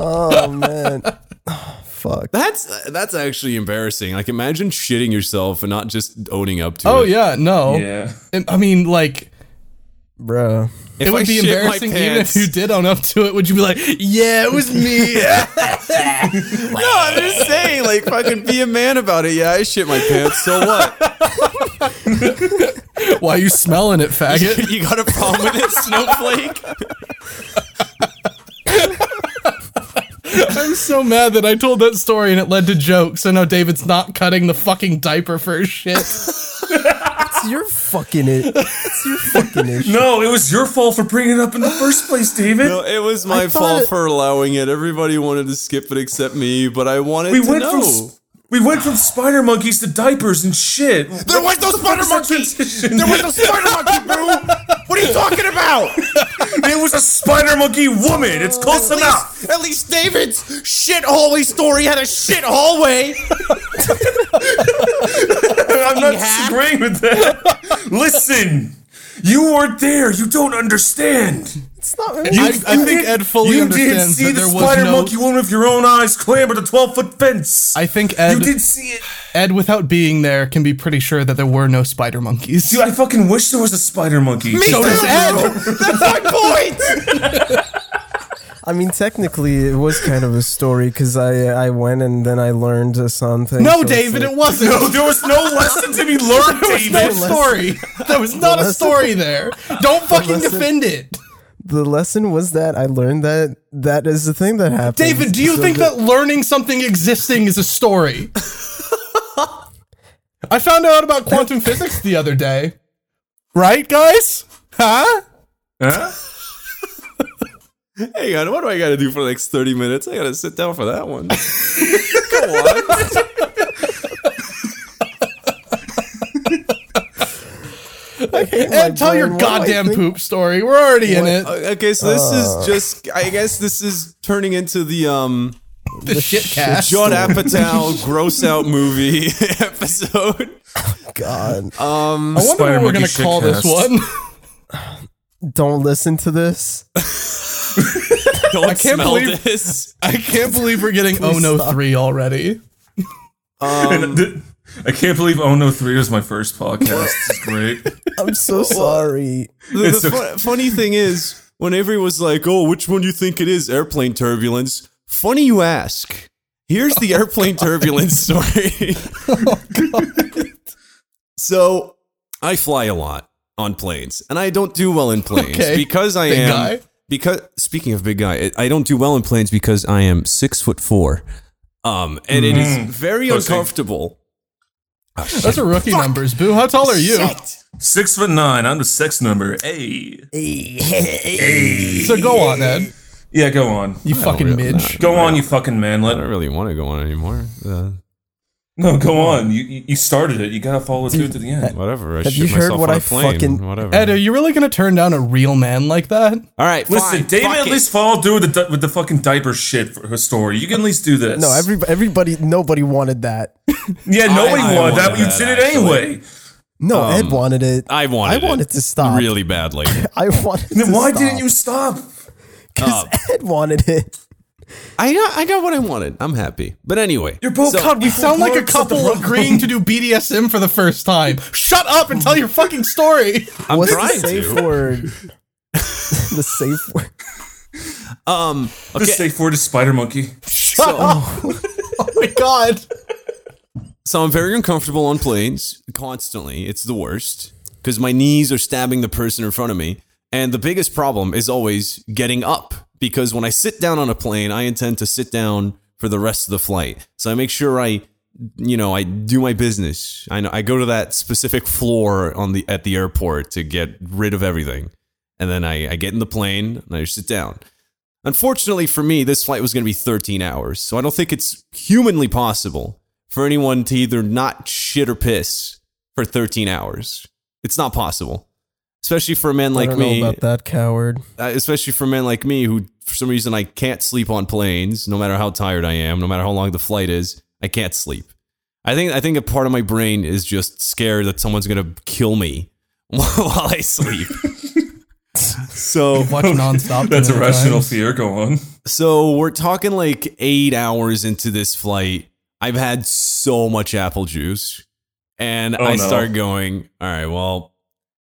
[SPEAKER 1] Oh man. Fuck.
[SPEAKER 3] That's that's actually embarrassing. Like imagine shitting yourself and not just owning up to it.
[SPEAKER 4] Oh, yeah, no.
[SPEAKER 2] yeah.
[SPEAKER 4] I mean, like,
[SPEAKER 1] Bro.
[SPEAKER 3] If
[SPEAKER 4] it would
[SPEAKER 3] I
[SPEAKER 4] be
[SPEAKER 3] shit my
[SPEAKER 4] embarrassing even if
[SPEAKER 3] pants-
[SPEAKER 4] you did own up to it. Would you be like, "Yeah, it was me"?
[SPEAKER 3] No, I'm just saying, like fucking be a man about it. Yeah, I shit my pants. So what?
[SPEAKER 4] Why you smelling it, faggot?
[SPEAKER 3] you got a problem with it, snowflake?
[SPEAKER 4] I'm so mad that I told that story and it led to jokes. I know David's not cutting the fucking diaper for his shit.
[SPEAKER 1] It's your fucking it. It's your fucking issue.
[SPEAKER 2] No, it was your fault for bringing it up in the first place, David.
[SPEAKER 3] No, it was my
[SPEAKER 1] I thought
[SPEAKER 3] fault
[SPEAKER 1] it-
[SPEAKER 3] for allowing it. Everybody wanted to skip it except me, but I wanted
[SPEAKER 2] we
[SPEAKER 3] to
[SPEAKER 2] went
[SPEAKER 3] know.
[SPEAKER 2] from s- we went from spider monkeys to diapers and shit.
[SPEAKER 3] there was no spider monkey. There was no spider monkey, bro. What are you talking about?
[SPEAKER 2] It was a spider monkey woman. It's close enough.
[SPEAKER 3] Oh, At least David's shit hallway story had a shit hallway.
[SPEAKER 2] I'm not disagreeing with that. Listen, you weren't there. You don't understand.
[SPEAKER 1] It's not
[SPEAKER 2] You,
[SPEAKER 4] I think Ed fully
[SPEAKER 2] you did
[SPEAKER 4] understands
[SPEAKER 2] see
[SPEAKER 4] that
[SPEAKER 2] the
[SPEAKER 4] there was
[SPEAKER 2] spider
[SPEAKER 4] no-
[SPEAKER 2] monkey woman with your own eyes clamber the 12 foot fence.
[SPEAKER 4] I think Ed,
[SPEAKER 2] you did see it.
[SPEAKER 4] Ed, without being there, can be pretty sure that there were no spider monkeys.
[SPEAKER 2] Dude, I fucking wish there was a spider monkey.
[SPEAKER 4] so does Ed.
[SPEAKER 3] That's my point.
[SPEAKER 1] I mean, technically, it was kind of a story because I I went and then I learned something.
[SPEAKER 4] No,
[SPEAKER 1] so it's
[SPEAKER 4] David,
[SPEAKER 1] like-
[SPEAKER 4] it wasn't.
[SPEAKER 2] No, there was no lesson to be learned, David.
[SPEAKER 4] no story. There was not a story there. Don't fucking
[SPEAKER 1] lesson-
[SPEAKER 4] defend it.
[SPEAKER 1] the lesson was that I learned that that is the thing that happened.
[SPEAKER 4] David, do you
[SPEAKER 1] So
[SPEAKER 4] think
[SPEAKER 1] the-
[SPEAKER 4] that learning something existing is a story? I found out about quantum physics the other day. Right, guys? Huh?
[SPEAKER 2] Huh?
[SPEAKER 3] Hang on, what do I got to do for the next thirty minutes? I got to sit down for that one. Go on.
[SPEAKER 4] Ed, tell your
[SPEAKER 1] brain, what do I
[SPEAKER 4] goddamn
[SPEAKER 1] think?
[SPEAKER 4] poop story. We're
[SPEAKER 3] Uh,
[SPEAKER 4] already in it. Uh.
[SPEAKER 3] Okay, so this is just. I guess this is turning into the um.
[SPEAKER 4] the shit cast.
[SPEAKER 3] Judd Apatow gross out movie episode.
[SPEAKER 1] God,
[SPEAKER 4] I wonder
[SPEAKER 2] Spider
[SPEAKER 4] what we're
[SPEAKER 2] Monkey
[SPEAKER 4] gonna
[SPEAKER 2] shit
[SPEAKER 4] call this
[SPEAKER 2] cast.
[SPEAKER 4] one.
[SPEAKER 1] don't listen to this.
[SPEAKER 3] Don't
[SPEAKER 4] I can't
[SPEAKER 3] smell
[SPEAKER 4] believe-
[SPEAKER 3] this.
[SPEAKER 4] I can't believe we're getting Oh No Three already.
[SPEAKER 3] Um,
[SPEAKER 2] And th- I can't believe Oh No 3 was my first podcast. It's great.
[SPEAKER 1] I'm so sorry.
[SPEAKER 3] The,
[SPEAKER 2] It's
[SPEAKER 3] the
[SPEAKER 2] okay.
[SPEAKER 3] fu- funny thing is, when Avery was like, "Oh, which one do you think it is? Airplane turbulence." Funny you ask. Here's the airplane turbulence story.
[SPEAKER 4] Oh,
[SPEAKER 3] so, I fly a lot on planes, and I don't do well in planes
[SPEAKER 4] Okay.
[SPEAKER 3] because I
[SPEAKER 4] Big
[SPEAKER 3] am.
[SPEAKER 4] guy.
[SPEAKER 3] Because speaking of big guy, I I don't do well in planes because I am six foot four, um, and it is
[SPEAKER 4] Mm.
[SPEAKER 3] very
[SPEAKER 2] Pussy.
[SPEAKER 3] uncomfortable. Oh, shit.
[SPEAKER 4] That's a rookie numbers. Boo, how tall are you?
[SPEAKER 2] Six foot nine. I'm the sex number. Hey.
[SPEAKER 4] So go on, Ed.
[SPEAKER 2] Yeah, go on.
[SPEAKER 4] You fucking
[SPEAKER 3] really
[SPEAKER 4] midge.
[SPEAKER 2] Go on, you fucking manlet.
[SPEAKER 3] really want to go on anymore. Uh,
[SPEAKER 2] No, go on. You- You you started it. You gotta follow through to the end.
[SPEAKER 3] Whatever. I
[SPEAKER 1] Have you shit heard myself what on a I plane, fucking-
[SPEAKER 3] Whatever.
[SPEAKER 4] Ed, are you really gonna turn down a real man like that?
[SPEAKER 3] All right.
[SPEAKER 2] Listen,
[SPEAKER 3] fine,
[SPEAKER 2] David
[SPEAKER 3] fuck
[SPEAKER 2] at
[SPEAKER 3] it.
[SPEAKER 2] least followed through with the, di- with the fucking diaper shit for her story. You can at least do this.
[SPEAKER 1] No, every, everybody, nobody wanted that.
[SPEAKER 2] yeah, nobody
[SPEAKER 3] I- I
[SPEAKER 2] wanted that,
[SPEAKER 3] wanted
[SPEAKER 2] but you
[SPEAKER 3] that,
[SPEAKER 2] did it
[SPEAKER 3] actually.
[SPEAKER 2] anyway.
[SPEAKER 1] No, Ed wanted it.
[SPEAKER 3] Um, I wanted.
[SPEAKER 1] I wanted
[SPEAKER 3] it
[SPEAKER 1] to stop.
[SPEAKER 3] really badly.
[SPEAKER 1] I wanted.
[SPEAKER 2] Then
[SPEAKER 1] to
[SPEAKER 2] why
[SPEAKER 1] stop.
[SPEAKER 2] didn't you stop?
[SPEAKER 1] Because Ed wanted it.
[SPEAKER 3] Uh, I got, I got what I wanted. I'm happy. But anyway,
[SPEAKER 2] You're both.
[SPEAKER 3] So-
[SPEAKER 2] God, we
[SPEAKER 4] Sound like a
[SPEAKER 2] Lord, stop the
[SPEAKER 4] couple
[SPEAKER 2] problem.
[SPEAKER 4] agreeing to do BDSM for the first time. Shut up and tell your fucking story.
[SPEAKER 3] I'm
[SPEAKER 1] What's
[SPEAKER 3] trying
[SPEAKER 1] the safe
[SPEAKER 3] to.
[SPEAKER 1] word? the safe word.
[SPEAKER 3] Um.
[SPEAKER 2] The
[SPEAKER 3] Okay.
[SPEAKER 2] safe word is Spider Monkey.
[SPEAKER 4] Oh my god.
[SPEAKER 3] So I'm very uncomfortable on planes constantly. It's the worst because my knees are stabbing the person in front of me. And the biggest problem is always getting up because when I sit down on a plane, I intend to sit down for the rest of the flight. So I make sure I, you know, I do my business. I know I go to that specific floor on the at the airport to get rid of everything, and then I, I get in the plane and I sit down. Unfortunately for me, this flight was going to be 13 hours, so I don't think it's humanly possible for anyone to either not shit or piss for 13 hours. It's not possible, especially for a man
[SPEAKER 1] I
[SPEAKER 3] like
[SPEAKER 1] don't
[SPEAKER 3] me.
[SPEAKER 1] know about that coward.
[SPEAKER 3] uh, Especially for men like me, who for some reason I can't sleep on planes, no matter how tired I am, no matter how long the flight is, I can't sleep. I think I think a part of my brain is just scared that someone's going to kill me while I sleep. so
[SPEAKER 4] Watch nonstop.
[SPEAKER 2] That's a
[SPEAKER 4] tonight,
[SPEAKER 2] rational
[SPEAKER 4] guys.
[SPEAKER 2] fear. Go on.
[SPEAKER 3] so we're talking like eight hours into this flight. I've had so much apple juice, and
[SPEAKER 2] Oh,
[SPEAKER 3] I
[SPEAKER 2] no.
[SPEAKER 3] start going. All right, well,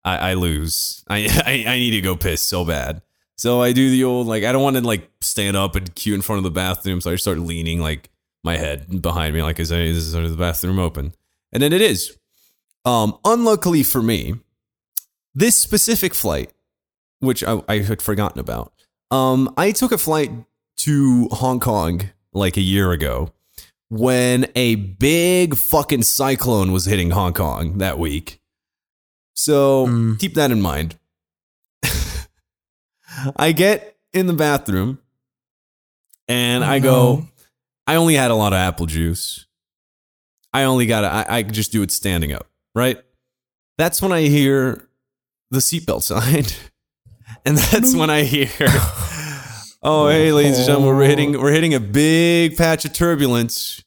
[SPEAKER 3] I, I lose. I, I I need to go piss so bad. So I do the old like I don't want to like stand up and queue in front of the bathroom. So I start leaning like my head behind me, like is there- is there the bathroom open? And then it is. Um, unluckily for me, this specific flight, which I, I had forgotten about, um, I took a flight to Hong Kong like a year ago when a big fucking cyclone was hitting Hong Kong that week. So
[SPEAKER 1] Mm.
[SPEAKER 3] keep that in mind. I get in the bathroom and I
[SPEAKER 1] Uh-huh.
[SPEAKER 3] go, I only had a lot of apple juice. I only got to, I, I could just do it standing up, right? That's when I hear the seatbelt sign. And that's when I hear, oh, hey, ladies and gentlemen, we're
[SPEAKER 1] Oh.
[SPEAKER 3] hitting, we're hitting a big patch of turbulence.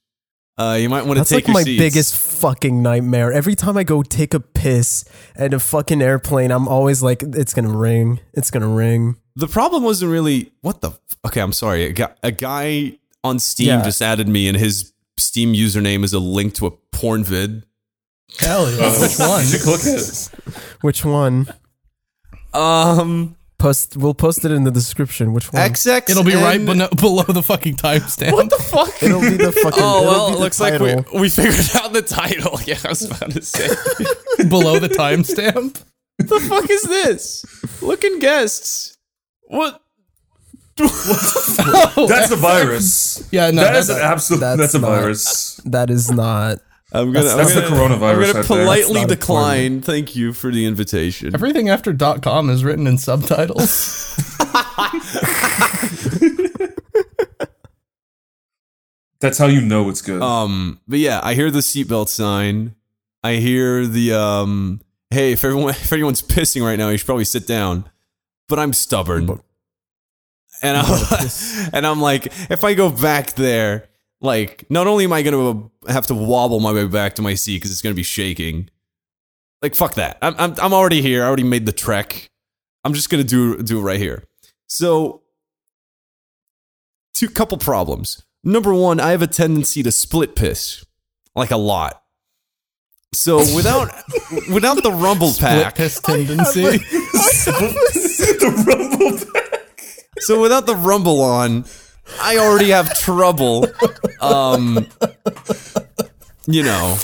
[SPEAKER 3] Uh, you might want to
[SPEAKER 1] That's
[SPEAKER 3] take
[SPEAKER 1] like
[SPEAKER 3] your
[SPEAKER 1] my
[SPEAKER 3] seats.
[SPEAKER 1] biggest fucking nightmare. Every time I go take a piss at a fucking airplane, I'm always like, it's gonna ring. It's gonna ring.
[SPEAKER 3] The problem wasn't really what the. f- Okay, I'm sorry. A guy, a guy on Steam
[SPEAKER 1] Yeah.
[SPEAKER 3] just added me, and his Steam username is a link to a porn vid.
[SPEAKER 4] Hell
[SPEAKER 2] Uh,
[SPEAKER 4] yeah. Which one?
[SPEAKER 2] You click it.
[SPEAKER 1] Which one?
[SPEAKER 3] Um,
[SPEAKER 1] Post. We'll post it in the description. Which one?
[SPEAKER 3] XX.
[SPEAKER 4] It'll be right beno- below the fucking timestamp. What the fuck?
[SPEAKER 1] It'll be the fucking.
[SPEAKER 3] Oh
[SPEAKER 1] it'll
[SPEAKER 3] well,
[SPEAKER 1] be
[SPEAKER 3] it
[SPEAKER 1] the
[SPEAKER 3] looks
[SPEAKER 1] title.
[SPEAKER 3] like we, we figured out the title. Yeah, I was about to say.
[SPEAKER 4] below the timestamp.
[SPEAKER 3] the fuck is this? Looking guests. What? Oh.
[SPEAKER 2] That's a virus.
[SPEAKER 4] Yeah, no,
[SPEAKER 2] that is
[SPEAKER 4] that's-
[SPEAKER 2] an absolute.
[SPEAKER 1] that's
[SPEAKER 2] That's, a
[SPEAKER 1] not-
[SPEAKER 2] virus.
[SPEAKER 1] That is not.
[SPEAKER 3] I'm gonna.
[SPEAKER 2] That's the coronavirus.
[SPEAKER 3] I'm
[SPEAKER 2] right
[SPEAKER 3] gonna
[SPEAKER 2] there.
[SPEAKER 3] politely
[SPEAKER 1] not a
[SPEAKER 3] decline. Thank you for the invitation.
[SPEAKER 4] Everything after .com is written in subtitles.
[SPEAKER 2] That's how you know it's good.
[SPEAKER 3] Um, but yeah, I hear the seatbelt sign. I hear the um, hey, if everyone if anyone's pissing right now, you should probably sit down. But I'm stubborn. and I'm and I'm like, if I go back there, like, not only am I gonna have to wobble my way back to my seat because it's gonna be shaking, like, fuck that. I'm, I'm I'm already here. I already made the trek. I'm just gonna do do it right here. So, two couple problems. Number one, I have a tendency to split piss, like a lot. So without without the rumble
[SPEAKER 4] Split
[SPEAKER 3] pack,
[SPEAKER 4] piss tendency.
[SPEAKER 2] the rumble pack.
[SPEAKER 3] so without the rumble on, I already have trouble. Um, you know,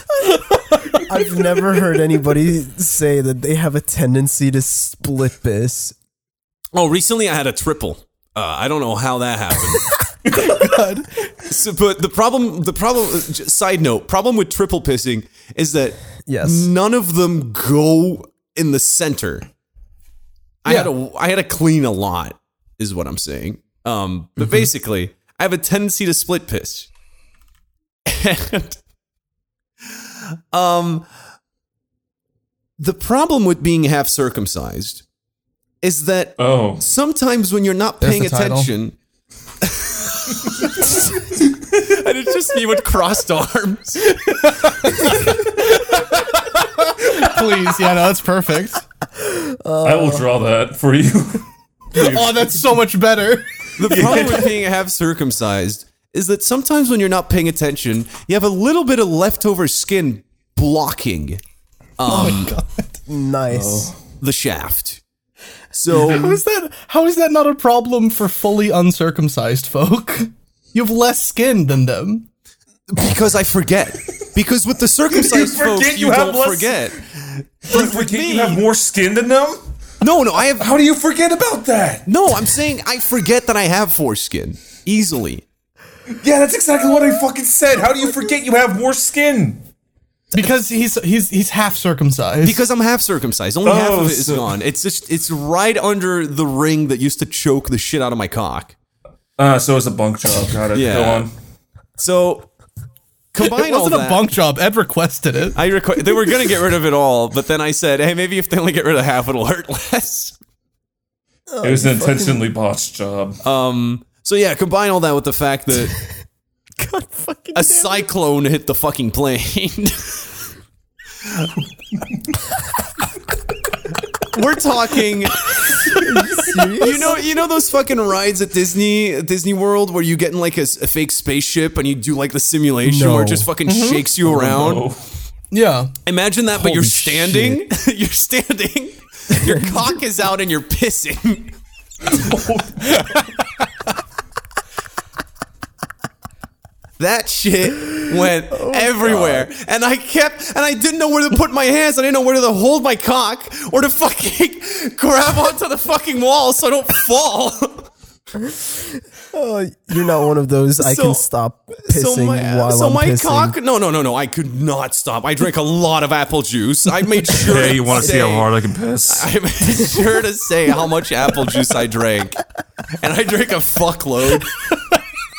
[SPEAKER 1] I've never heard anybody say that they have a tendency to split this.
[SPEAKER 3] Oh, recently I had a triple. Uh, I don't know how that happened. So, but the problem, the problem. uh, j- Side note: problem with triple pissing is that
[SPEAKER 1] Yes.
[SPEAKER 3] none of them go in the center. I had
[SPEAKER 4] Yeah.
[SPEAKER 3] a I had to clean a lot, is what I'm saying. Um,
[SPEAKER 4] Mm-hmm.
[SPEAKER 3] but basically, I have a tendency to split piss, and um, the problem with being half circumcised is that
[SPEAKER 2] Oh,
[SPEAKER 3] sometimes when you're not
[SPEAKER 4] Uh, There's
[SPEAKER 3] paying
[SPEAKER 4] the title.
[SPEAKER 3] attention and it's just me with crossed arms
[SPEAKER 4] Please, yeah, no, that's perfect.
[SPEAKER 2] I will draw that for you.
[SPEAKER 4] Oh, that's so much better.
[SPEAKER 3] the problem with being half circumcised is that sometimes when you're not paying attention you have a little bit of leftover skin blocking
[SPEAKER 2] Oh
[SPEAKER 3] um,
[SPEAKER 1] Nice.
[SPEAKER 3] the shaft so
[SPEAKER 4] How is that? How is that not a problem for fully uncircumcised folk? You have less skin than them.
[SPEAKER 3] because i forget because with the
[SPEAKER 2] You
[SPEAKER 3] circumcised
[SPEAKER 2] forget
[SPEAKER 3] folks you,
[SPEAKER 2] you have
[SPEAKER 3] don't
[SPEAKER 2] less-
[SPEAKER 3] forget
[SPEAKER 2] But wait, can't you have more skin than them?
[SPEAKER 3] no no i have
[SPEAKER 2] How do you forget about that?
[SPEAKER 3] no i'm saying i forget that i have foreskin easily
[SPEAKER 2] Yeah, that's exactly what I fucking said. How do you forget you have more skin?
[SPEAKER 4] Because he's he's he's half circumcised.
[SPEAKER 3] Because I'm half circumcised. Only half
[SPEAKER 2] Oh,
[SPEAKER 3] of it is
[SPEAKER 2] so-
[SPEAKER 3] gone. It's just it's right under the ring that used to choke the shit out of my cock.
[SPEAKER 2] Ah, so it's a bunk job. Got it.
[SPEAKER 3] Yeah.
[SPEAKER 2] Go on.
[SPEAKER 3] So combine
[SPEAKER 4] it
[SPEAKER 3] all
[SPEAKER 4] wasn't a
[SPEAKER 3] that-
[SPEAKER 4] bunk job. Ed requested it.
[SPEAKER 3] I requ- they were gonna get rid of it all, but then I said, hey, maybe if they only get rid of half, it'll hurt less.
[SPEAKER 2] it was an intentionally botched job.
[SPEAKER 3] Um. So yeah, combine all that with the fact that
[SPEAKER 1] God fucking damn.
[SPEAKER 3] a cyclone hit the fucking plane. We're talking. You know, you know those fucking rides at Disney at Disney World where you get in like a, s- a fake spaceship and you do like the simulation where it
[SPEAKER 1] No.
[SPEAKER 3] just fucking shakes you around.
[SPEAKER 2] Oh,
[SPEAKER 4] Yeah.
[SPEAKER 3] Imagine that, but you're
[SPEAKER 1] Holy
[SPEAKER 3] standing. you're standing. Your cock is out and you're pissing. that shit went
[SPEAKER 1] Oh,
[SPEAKER 3] everywhere, and I kept and I didn't know where to put my hands. I didn't know where to hold my cock or to fucking grab onto the fucking wall so I don't fall.
[SPEAKER 1] Oh, you're not one of those. I
[SPEAKER 3] So-
[SPEAKER 1] can stop pissing
[SPEAKER 3] so my,
[SPEAKER 1] while
[SPEAKER 3] so
[SPEAKER 1] I'm
[SPEAKER 3] my
[SPEAKER 1] pissing.
[SPEAKER 3] cock. No, no, no, no. I could not stop. I drank a lot of apple juice. I made sure.
[SPEAKER 2] hey, you want to see how
[SPEAKER 3] stay-
[SPEAKER 2] hard I can piss?
[SPEAKER 3] I made sure to say how much apple juice I drank, and I drank a fuckload.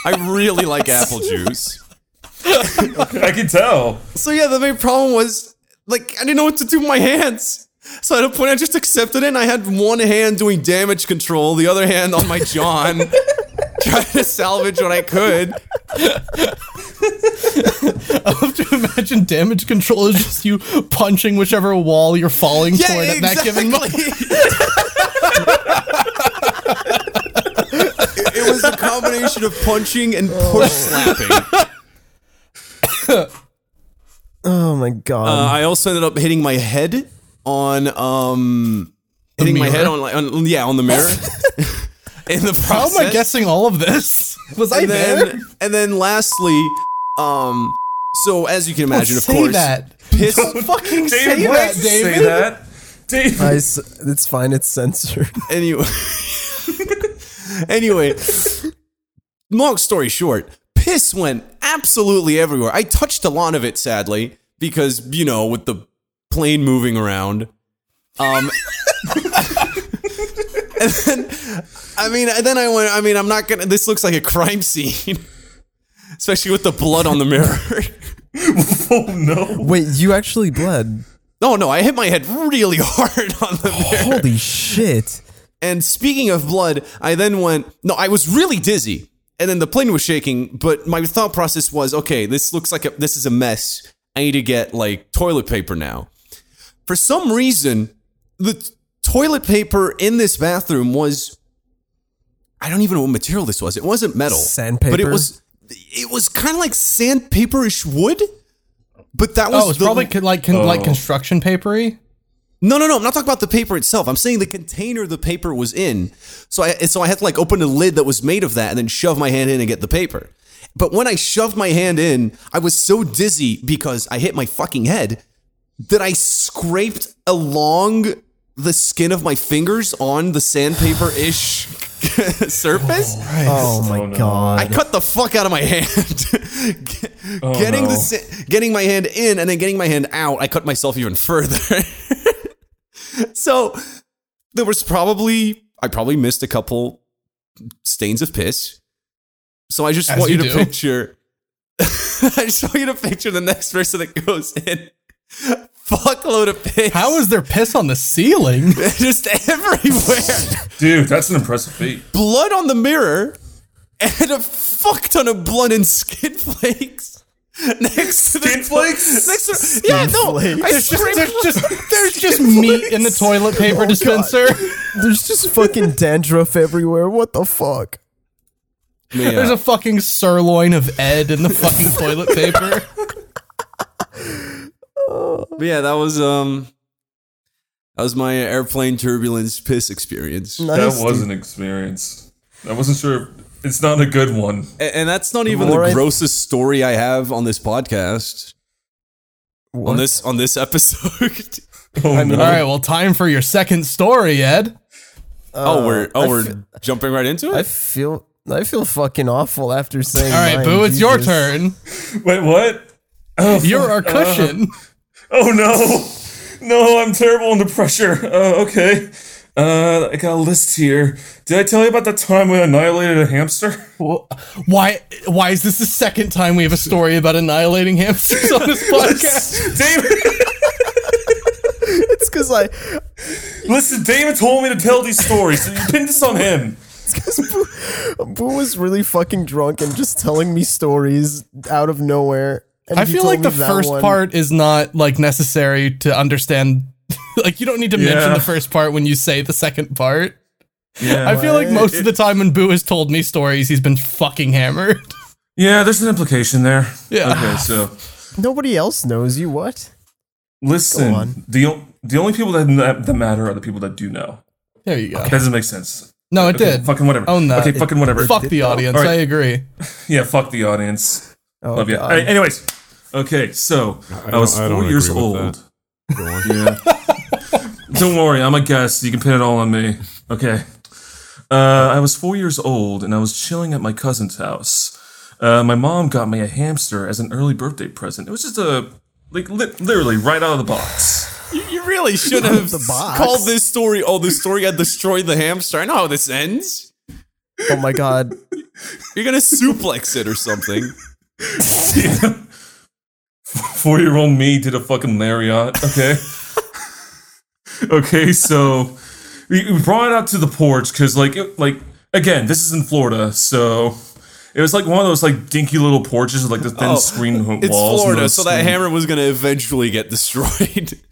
[SPEAKER 3] I really like apple juice.
[SPEAKER 2] I can tell.
[SPEAKER 3] So yeah, the main problem was like I didn't know what to do with my hands. So at a point, I just accepted it. and I had one hand doing damage control, the other hand on my John, trying to salvage what I could.
[SPEAKER 4] I have to imagine damage control is just you punching whichever wall you're falling toward at that given moment.
[SPEAKER 3] It- it was a combination of punching and push slapping.
[SPEAKER 1] Oh my
[SPEAKER 3] Uh,
[SPEAKER 4] Um,
[SPEAKER 1] god.
[SPEAKER 3] I also ended up hitting my head on um hitting my
[SPEAKER 4] mirror?
[SPEAKER 3] head on like on, yeah on the mirror in the process.
[SPEAKER 4] How am I guessing all of this? Was I
[SPEAKER 3] And
[SPEAKER 4] there?
[SPEAKER 3] then and then lastly, um, so as you can imagine, of
[SPEAKER 4] say
[SPEAKER 3] course,
[SPEAKER 4] that.
[SPEAKER 3] piss.
[SPEAKER 4] Fucking say
[SPEAKER 2] why
[SPEAKER 4] that,
[SPEAKER 2] did you
[SPEAKER 4] David.
[SPEAKER 2] Say that, David.
[SPEAKER 1] I s it's fine. It's censored.
[SPEAKER 3] anyway, anyway, long story short, piss went absolutely everywhere. I touched a lot of it, sadly, because you know, with the plane moving around. Um, and then, I mean, and then I went. I mean, I'm not gonna. This looks like a crime scene, especially with the blood on the mirror.
[SPEAKER 2] oh no.
[SPEAKER 1] Wait, you actually bled?
[SPEAKER 3] No, no, I hit my head really hard on the mirror.
[SPEAKER 1] Holy shit!
[SPEAKER 3] And speaking of blood, I then went, no, I was really dizzy. And then the plane was shaking, but my thought process was, okay, this looks like a, this is a mess. I need to get like toilet paper now. For some reason, the t- toilet paper in this bathroom was I don't even know what material this was. It wasn't metal.
[SPEAKER 1] Sandpaper?
[SPEAKER 3] But it was it was kind of like sandpaperish wood. But that was
[SPEAKER 4] Oh, it's
[SPEAKER 3] the,
[SPEAKER 4] probably con- like con-
[SPEAKER 3] Oh.
[SPEAKER 4] like construction papery.
[SPEAKER 3] no, no, no. I'm not talking about the paper itself. I'm saying the container the paper was in. So I so I had to like open a lid that was made of that and then shove my hand in and get the paper. But when I shoved my hand in, I was so dizzy because I hit my fucking head that I scraped along the skin of my fingers on the sandpaper-ish surface.
[SPEAKER 1] Oh my
[SPEAKER 2] no.
[SPEAKER 1] god.
[SPEAKER 3] I cut the fuck out of my hand. Get-
[SPEAKER 4] Oh,
[SPEAKER 3] getting
[SPEAKER 2] no.
[SPEAKER 3] the sa- getting my hand in and then getting my hand out, I cut myself even further. so there was probably I probably missed a couple stains of piss. So I just
[SPEAKER 4] As
[SPEAKER 3] want you,
[SPEAKER 4] you
[SPEAKER 3] to
[SPEAKER 4] do.
[SPEAKER 3] picture. I just want you to picture the next person that goes in. Fuckload of piss.
[SPEAKER 4] How is there piss on the ceiling?
[SPEAKER 3] just everywhere.
[SPEAKER 2] Dude, that's an impressive feat.
[SPEAKER 3] blood on the mirror and a fuck ton of blood and skin flakes next to
[SPEAKER 2] Skin
[SPEAKER 3] the
[SPEAKER 2] flakes?
[SPEAKER 3] Next to, yeah, no, I
[SPEAKER 4] There's just,
[SPEAKER 3] scraped,
[SPEAKER 4] there's just there's just meat Oh, in the toilet paper dispenser.
[SPEAKER 1] There's just fucking dandruff everywhere. What the fuck?
[SPEAKER 4] There's a fucking sirloin of Ed in the fucking toilet paper.
[SPEAKER 3] But yeah, that was um, that was my airplane turbulence piss experience, and,
[SPEAKER 2] That was an experience. I wasn't sure. If, it's not a good one.
[SPEAKER 3] and that's not even
[SPEAKER 1] more
[SPEAKER 3] the
[SPEAKER 1] I-
[SPEAKER 3] grossest story I have on this podcast. On this on this episode,
[SPEAKER 2] Oh, no.
[SPEAKER 4] All right, well, time for your second story, Ed.
[SPEAKER 3] oh we're oh
[SPEAKER 1] I
[SPEAKER 3] we're
[SPEAKER 1] fe-
[SPEAKER 3] jumping right into
[SPEAKER 1] I
[SPEAKER 3] it.
[SPEAKER 1] feel I feel fucking awful after saying.
[SPEAKER 4] All right,
[SPEAKER 1] mine,
[SPEAKER 4] Boo, it's your
[SPEAKER 1] Jesus.
[SPEAKER 4] turn.
[SPEAKER 2] Wait, what? Oh,
[SPEAKER 4] You're our cushion.
[SPEAKER 2] Oh no, no, I'm terrible under pressure. Uh, okay, uh, I got a list here. Did I tell you about the time we annihilated a hamster?
[SPEAKER 4] Why? Why is this the second time we have a story about annihilating hamsters on this podcast?
[SPEAKER 2] David,
[SPEAKER 1] It's because I,
[SPEAKER 2] listen, David told me to tell these stories, so you pinned this on him.
[SPEAKER 1] Boo was really fucking drunk and just telling me stories out of nowhere. And
[SPEAKER 4] I
[SPEAKER 1] he
[SPEAKER 4] feel
[SPEAKER 1] told
[SPEAKER 4] like the
[SPEAKER 1] me that
[SPEAKER 4] first
[SPEAKER 1] one.
[SPEAKER 4] part is not like necessary to understand. like you don't need to mention
[SPEAKER 2] Yeah.
[SPEAKER 4] the first part when you say the second part.
[SPEAKER 2] Yeah,
[SPEAKER 4] I feel like most of the time when Boo has told me stories, he's been fucking hammered.
[SPEAKER 2] yeah. There's an implication there.
[SPEAKER 4] Yeah.
[SPEAKER 2] Okay, so
[SPEAKER 1] Nobody else knows you. What? Go
[SPEAKER 2] listen.
[SPEAKER 1] on.
[SPEAKER 2] The o- the only people that kn- that matter are the people that do know.
[SPEAKER 4] There you go.
[SPEAKER 2] That doesn't make sense.
[SPEAKER 4] No, it
[SPEAKER 2] Okay,
[SPEAKER 4] did.
[SPEAKER 2] Fucking whatever.
[SPEAKER 4] Own that.
[SPEAKER 2] Okay, fucking whatever.
[SPEAKER 4] Fuck the audience.
[SPEAKER 2] All right.
[SPEAKER 4] I agree.
[SPEAKER 2] Yeah, fuck the audience.
[SPEAKER 1] Oh,
[SPEAKER 2] Love you.
[SPEAKER 1] God.
[SPEAKER 2] Hey, anyways, okay, so I, was
[SPEAKER 5] don't- I
[SPEAKER 2] four
[SPEAKER 5] don't
[SPEAKER 2] years
[SPEAKER 5] agree with
[SPEAKER 2] old. yeah. don't worry, I'm a guest. You can pin it all on me. Okay. Uh, I was four years old and I was chilling at my cousin's house. Uh, my mom got me a hamster as an early birthday present. It was just a, like, li- literally right out of the box.
[SPEAKER 3] You, you really should have
[SPEAKER 1] The box.
[SPEAKER 3] called this story. Oh, this story got destroyed the hamster. I know how this ends.
[SPEAKER 1] oh my god.
[SPEAKER 3] You're gonna suplex it or something.
[SPEAKER 2] Four year old me did a fucking lariat. Okay. okay, so we, we brought it out to the porch because, like, it, like again, this is in Florida, so it was like one of those like dinky little porches with like the thin
[SPEAKER 3] Oh,
[SPEAKER 2] screen walls.
[SPEAKER 3] It's
[SPEAKER 2] and
[SPEAKER 3] Florida,
[SPEAKER 2] those
[SPEAKER 3] so that
[SPEAKER 2] screen-
[SPEAKER 3] hammer was gonna eventually get destroyed.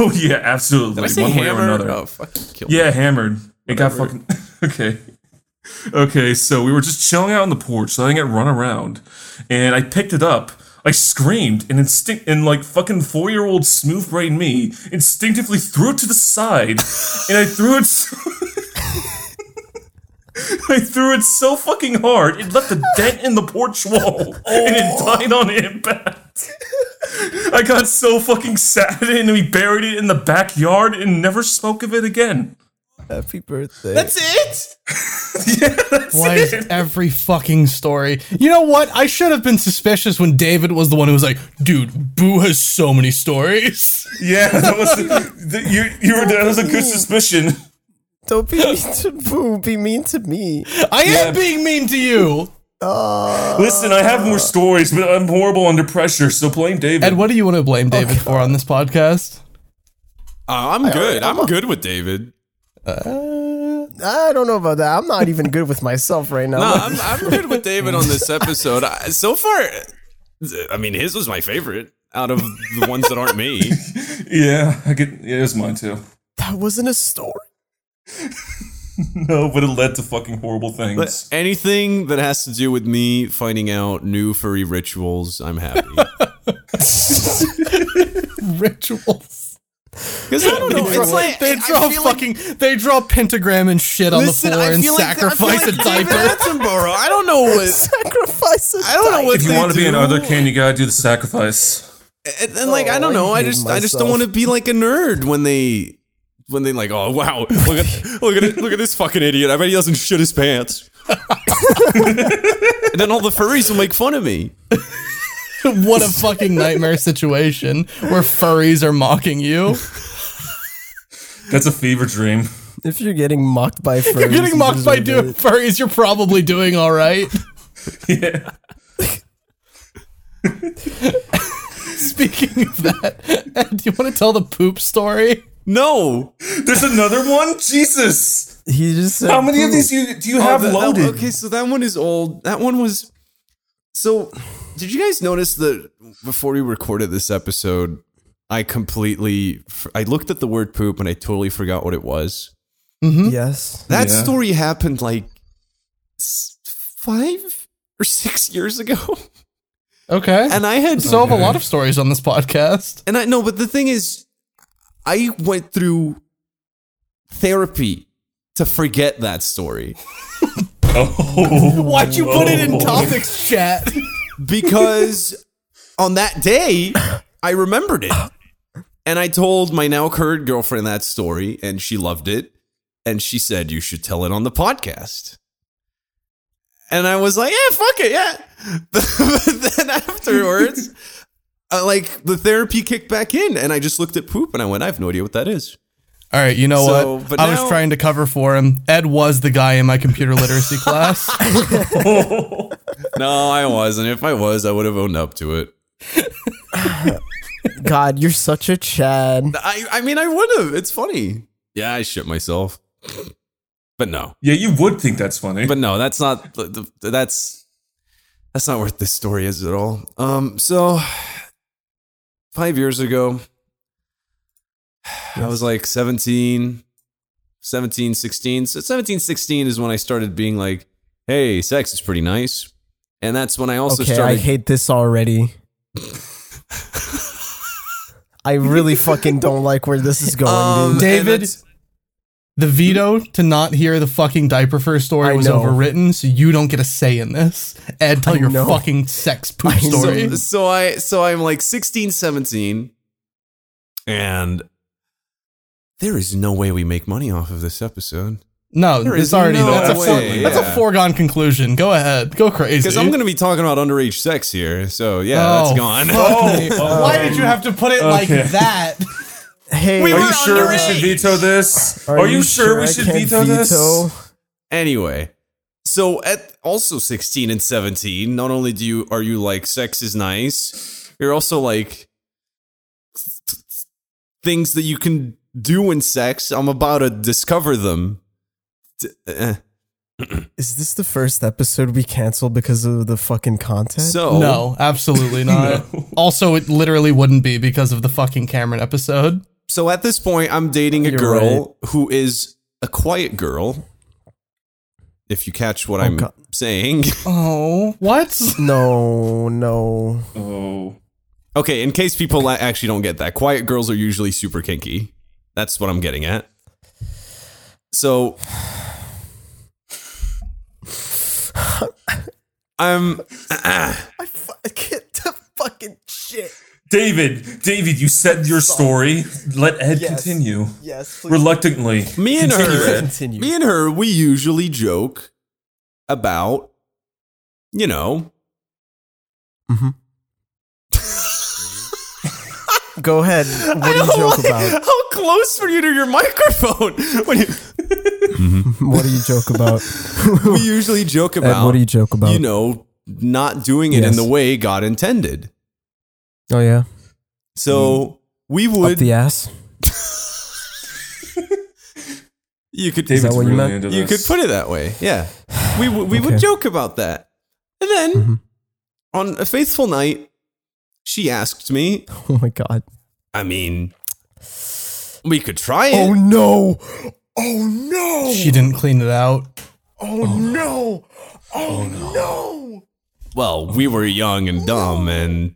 [SPEAKER 2] Oh yeah, absolutely.
[SPEAKER 3] I say
[SPEAKER 2] one way or
[SPEAKER 3] hammer.
[SPEAKER 2] another.
[SPEAKER 3] Oh, fuck. Kill
[SPEAKER 2] Yeah, hammered. It got fucking okay. Okay, so we were just chilling out on the porch, letting it run around, and I picked it up. I screamed and instinct and like fucking four year old smooth brain me instinctively threw it to the side, and I threw it. So- I threw it so fucking hard it left a dent in the porch wall, and it died on impact. I got so fucking sad, and we buried it in the backyard and never spoke of it again.
[SPEAKER 1] Happy birthday.
[SPEAKER 3] That's it.
[SPEAKER 4] Why is every fucking story? You know what? I should have been suspicious when David was the one who was like, "Dude, Boo has so many stories."
[SPEAKER 2] Yeah, that was the, you. You were that was a good suspicion.
[SPEAKER 1] Don't be mean to Boo. Be mean to me. Uh,
[SPEAKER 4] I am being mean to you.
[SPEAKER 2] Listen, I have more stories, but I'm horrible under pressure, so blame David.
[SPEAKER 4] Ed, what do you want to blame David for on this podcast?
[SPEAKER 3] Uh, I'm good. I'm good with David.
[SPEAKER 1] I don't know about that. I'm not even good with myself right now.
[SPEAKER 3] No, I'm, I'm good with David on this episode. I, so far, I mean, his was my favorite out of the ones that aren't me.
[SPEAKER 2] Yeah, I get. Yeah, it was mine too.
[SPEAKER 1] that wasn't a story.
[SPEAKER 2] No, but it led to fucking horrible
[SPEAKER 3] But
[SPEAKER 2] things.
[SPEAKER 3] anything that has to do with me finding out new furry rituals, I'm happy.
[SPEAKER 4] Rituals.
[SPEAKER 3] Because I don't know, it's
[SPEAKER 4] They draw-
[SPEAKER 3] like
[SPEAKER 4] they draw
[SPEAKER 3] I feel like-
[SPEAKER 4] fucking. they draw pentagram and shit on
[SPEAKER 3] Listen,
[SPEAKER 4] the floor
[SPEAKER 3] I
[SPEAKER 4] and
[SPEAKER 3] feel like- I feel
[SPEAKER 4] sacrifice
[SPEAKER 3] like
[SPEAKER 4] a
[SPEAKER 3] David
[SPEAKER 4] diaper.
[SPEAKER 3] Attenborough. I don't know what.
[SPEAKER 1] Sacrifice.
[SPEAKER 3] I don't know what
[SPEAKER 2] If you
[SPEAKER 3] they
[SPEAKER 2] want to be
[SPEAKER 3] do.
[SPEAKER 2] an other king, you gotta do the sacrifice.
[SPEAKER 3] And, and, like I don't
[SPEAKER 1] Oh,
[SPEAKER 3] know.
[SPEAKER 1] I
[SPEAKER 3] I
[SPEAKER 1] hate
[SPEAKER 3] just I just don't
[SPEAKER 1] myself.
[SPEAKER 3] want to be like a nerd when they when they like oh wow look at look at it, look at this fucking idiot. I bet he doesn't shit his pants. and then all the furries will make fun of me.
[SPEAKER 4] what a fucking nightmare situation where furries are mocking you.
[SPEAKER 2] That's a fever dream.
[SPEAKER 1] If you're getting mocked by furries,
[SPEAKER 4] You're getting mocked by doing furries. You're probably doing all right.
[SPEAKER 2] Yeah.
[SPEAKER 4] Speaking of that, Ed, do you want to tell the poop story?
[SPEAKER 3] No.
[SPEAKER 2] There's another one. Jesus,
[SPEAKER 1] He just said,
[SPEAKER 2] how many of these you, do you have
[SPEAKER 3] Oh, that- that-
[SPEAKER 2] loaded?
[SPEAKER 3] okay, so that one is old. That one was. So, did you guys notice that before we recorded this episode, I completely I looked at the word poop and I totally forgot what it was.
[SPEAKER 1] Yes.
[SPEAKER 3] That
[SPEAKER 2] Yeah.
[SPEAKER 3] story happened like s- five or six years ago,
[SPEAKER 4] Okay.
[SPEAKER 3] and I had
[SPEAKER 4] so have a lot of stories on this podcast.
[SPEAKER 3] and I know, but the thing is, I went through therapy to forget that story
[SPEAKER 2] Oh,
[SPEAKER 4] Why'd you put it in topics chat?
[SPEAKER 3] because on that day I remembered it, and I told my now current girlfriend that story, and she loved it, and she said you should tell it on the podcast. And I was like, yeah, fuck it, yeah. but then afterwards, I, like the therapy kicked back in, and I just looked at poop and I went, I have no idea what that is.
[SPEAKER 4] All right, you know
[SPEAKER 3] So,
[SPEAKER 4] what?
[SPEAKER 3] but
[SPEAKER 4] I was
[SPEAKER 3] now-
[SPEAKER 4] trying to cover for him. Ed was the guy in my computer literacy class.
[SPEAKER 3] No, I wasn't. If I was, I would have owned up to it.
[SPEAKER 1] God, you're such a Chad.
[SPEAKER 3] I, I mean, I would have. It's funny. Yeah, I shit myself. But no,
[SPEAKER 2] Yeah, you would think that's funny.
[SPEAKER 3] but no, that's not. th- th- That's that's not what this story is at all. Um, so five years ago, I was like 17, 17, 16. So 17, 16 is when I started being like, "Hey, sex is pretty nice," and that's when I also
[SPEAKER 1] okay, I
[SPEAKER 3] started.
[SPEAKER 1] hate this already. I really fucking don't like where this is going, dude.
[SPEAKER 3] Um, and
[SPEAKER 4] David-
[SPEAKER 3] that's-
[SPEAKER 4] The veto to not hear the fucking diaper first story
[SPEAKER 1] I
[SPEAKER 4] was
[SPEAKER 1] know.
[SPEAKER 4] overwritten, so you don't get a say in this. Ed, tell
[SPEAKER 1] I
[SPEAKER 4] your
[SPEAKER 1] know.
[SPEAKER 4] fucking sex poop
[SPEAKER 1] I know.
[SPEAKER 4] story.
[SPEAKER 3] so, so I so I'm like 16, 17, and there is no way we make money off of this episode
[SPEAKER 4] No,
[SPEAKER 3] There
[SPEAKER 4] it's
[SPEAKER 3] is
[SPEAKER 4] already
[SPEAKER 3] no
[SPEAKER 4] that's, a,
[SPEAKER 2] way,
[SPEAKER 4] fore- that's a
[SPEAKER 3] yeah.
[SPEAKER 4] foregone conclusion. Go ahead, go crazy.
[SPEAKER 3] because I'm going to be talking about underage sex here. So yeah,
[SPEAKER 4] Oh,
[SPEAKER 3] that's gone.
[SPEAKER 2] Oh,
[SPEAKER 4] Hey,
[SPEAKER 2] um,
[SPEAKER 4] Uh, Why did you have to put it like
[SPEAKER 2] okay.
[SPEAKER 4] that?
[SPEAKER 1] Hey,
[SPEAKER 3] we
[SPEAKER 2] Are
[SPEAKER 3] were
[SPEAKER 2] you sure we should
[SPEAKER 3] underage.
[SPEAKER 2] veto this? Are, you sure, we
[SPEAKER 1] I
[SPEAKER 2] should
[SPEAKER 1] can't
[SPEAKER 2] veto, this?
[SPEAKER 3] anyway, so at also 16 and 17, not only do you are you like sex is nice, you're also like things that you can do in sex. I'm about to discover them. D- eh.
[SPEAKER 1] Is this the first episode we cancel because of the fucking content?
[SPEAKER 3] So
[SPEAKER 4] No, absolutely not.
[SPEAKER 2] No.
[SPEAKER 4] Also, it literally wouldn't be because of the fucking Cameron episode.
[SPEAKER 3] So at this point, I'm dating a
[SPEAKER 1] You're
[SPEAKER 3] girl who is a quiet girl. If you catch what I'm
[SPEAKER 1] God.
[SPEAKER 3] saying.
[SPEAKER 4] Oh, what?
[SPEAKER 1] no, no.
[SPEAKER 2] Oh,
[SPEAKER 3] okay, in case people la- actually don't get that, quiet girls are usually super kinky. That's what I'm getting at. So I'm
[SPEAKER 1] I fucking the fucking shit.
[SPEAKER 2] David, David, you said your story. Let Ed
[SPEAKER 1] Yes.
[SPEAKER 2] continue.
[SPEAKER 1] Yes, please.
[SPEAKER 2] Reluctantly,
[SPEAKER 3] me and her.
[SPEAKER 1] Continue.
[SPEAKER 3] Me and her, we usually joke about, you know,
[SPEAKER 1] Go ahead. What do you joke about?
[SPEAKER 3] How close were you to your microphone? When you,
[SPEAKER 1] What do you joke about?
[SPEAKER 3] we usually joke
[SPEAKER 1] Ed,
[SPEAKER 3] about,
[SPEAKER 1] what do you joke about?
[SPEAKER 3] you know, not doing it
[SPEAKER 1] Yes.
[SPEAKER 3] in the way God intended.
[SPEAKER 1] oh yeah,
[SPEAKER 3] So we
[SPEAKER 1] Mm. up
[SPEAKER 3] would,
[SPEAKER 1] the ass.
[SPEAKER 3] You could
[SPEAKER 1] that
[SPEAKER 2] David's
[SPEAKER 1] what you
[SPEAKER 2] really
[SPEAKER 1] meant?
[SPEAKER 2] into
[SPEAKER 3] you could
[SPEAKER 2] this.
[SPEAKER 3] put it that way. Yeah, we w- we
[SPEAKER 1] Okay. Mm-hmm.
[SPEAKER 3] would joke about that, and then on a faithful night, she asked me.
[SPEAKER 1] Oh my god.
[SPEAKER 3] I mean, we could try it.
[SPEAKER 1] Oh no! Oh no!
[SPEAKER 4] She didn't clean it out.
[SPEAKER 1] oh, no! Oh, no.
[SPEAKER 3] Well, we were young and dumb, and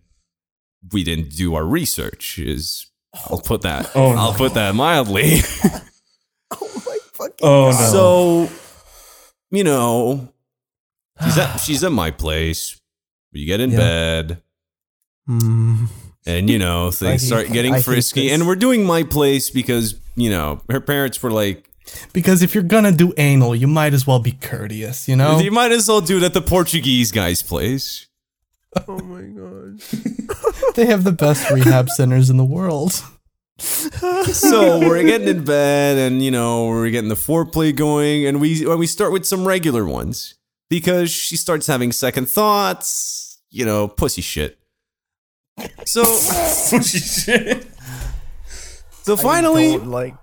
[SPEAKER 3] we didn't do our research. Is I'll put that.
[SPEAKER 2] Oh, no.
[SPEAKER 3] I'll put that mildly.
[SPEAKER 2] Oh no.
[SPEAKER 3] So, you know, she's at, she's at my place. We get in
[SPEAKER 1] Yeah.
[SPEAKER 3] bed,
[SPEAKER 1] Mm,
[SPEAKER 3] and you know things
[SPEAKER 1] hate
[SPEAKER 3] start
[SPEAKER 1] that.
[SPEAKER 3] getting
[SPEAKER 1] I hate
[SPEAKER 3] frisky.
[SPEAKER 1] this.
[SPEAKER 3] And we're doing my place because you know her parents were like,
[SPEAKER 4] Because if you're gonna do anal, you might as well be courteous, you know?
[SPEAKER 3] "You might as well do it at the Portuguese guy's place."
[SPEAKER 1] Oh,
[SPEAKER 4] They have the best rehab centers in the world.
[SPEAKER 3] so we're getting in bed and you know we're getting the foreplay going and we and we start with some regular ones because she starts having second thoughts you know pussy shit so
[SPEAKER 2] shit.
[SPEAKER 3] so finally
[SPEAKER 1] like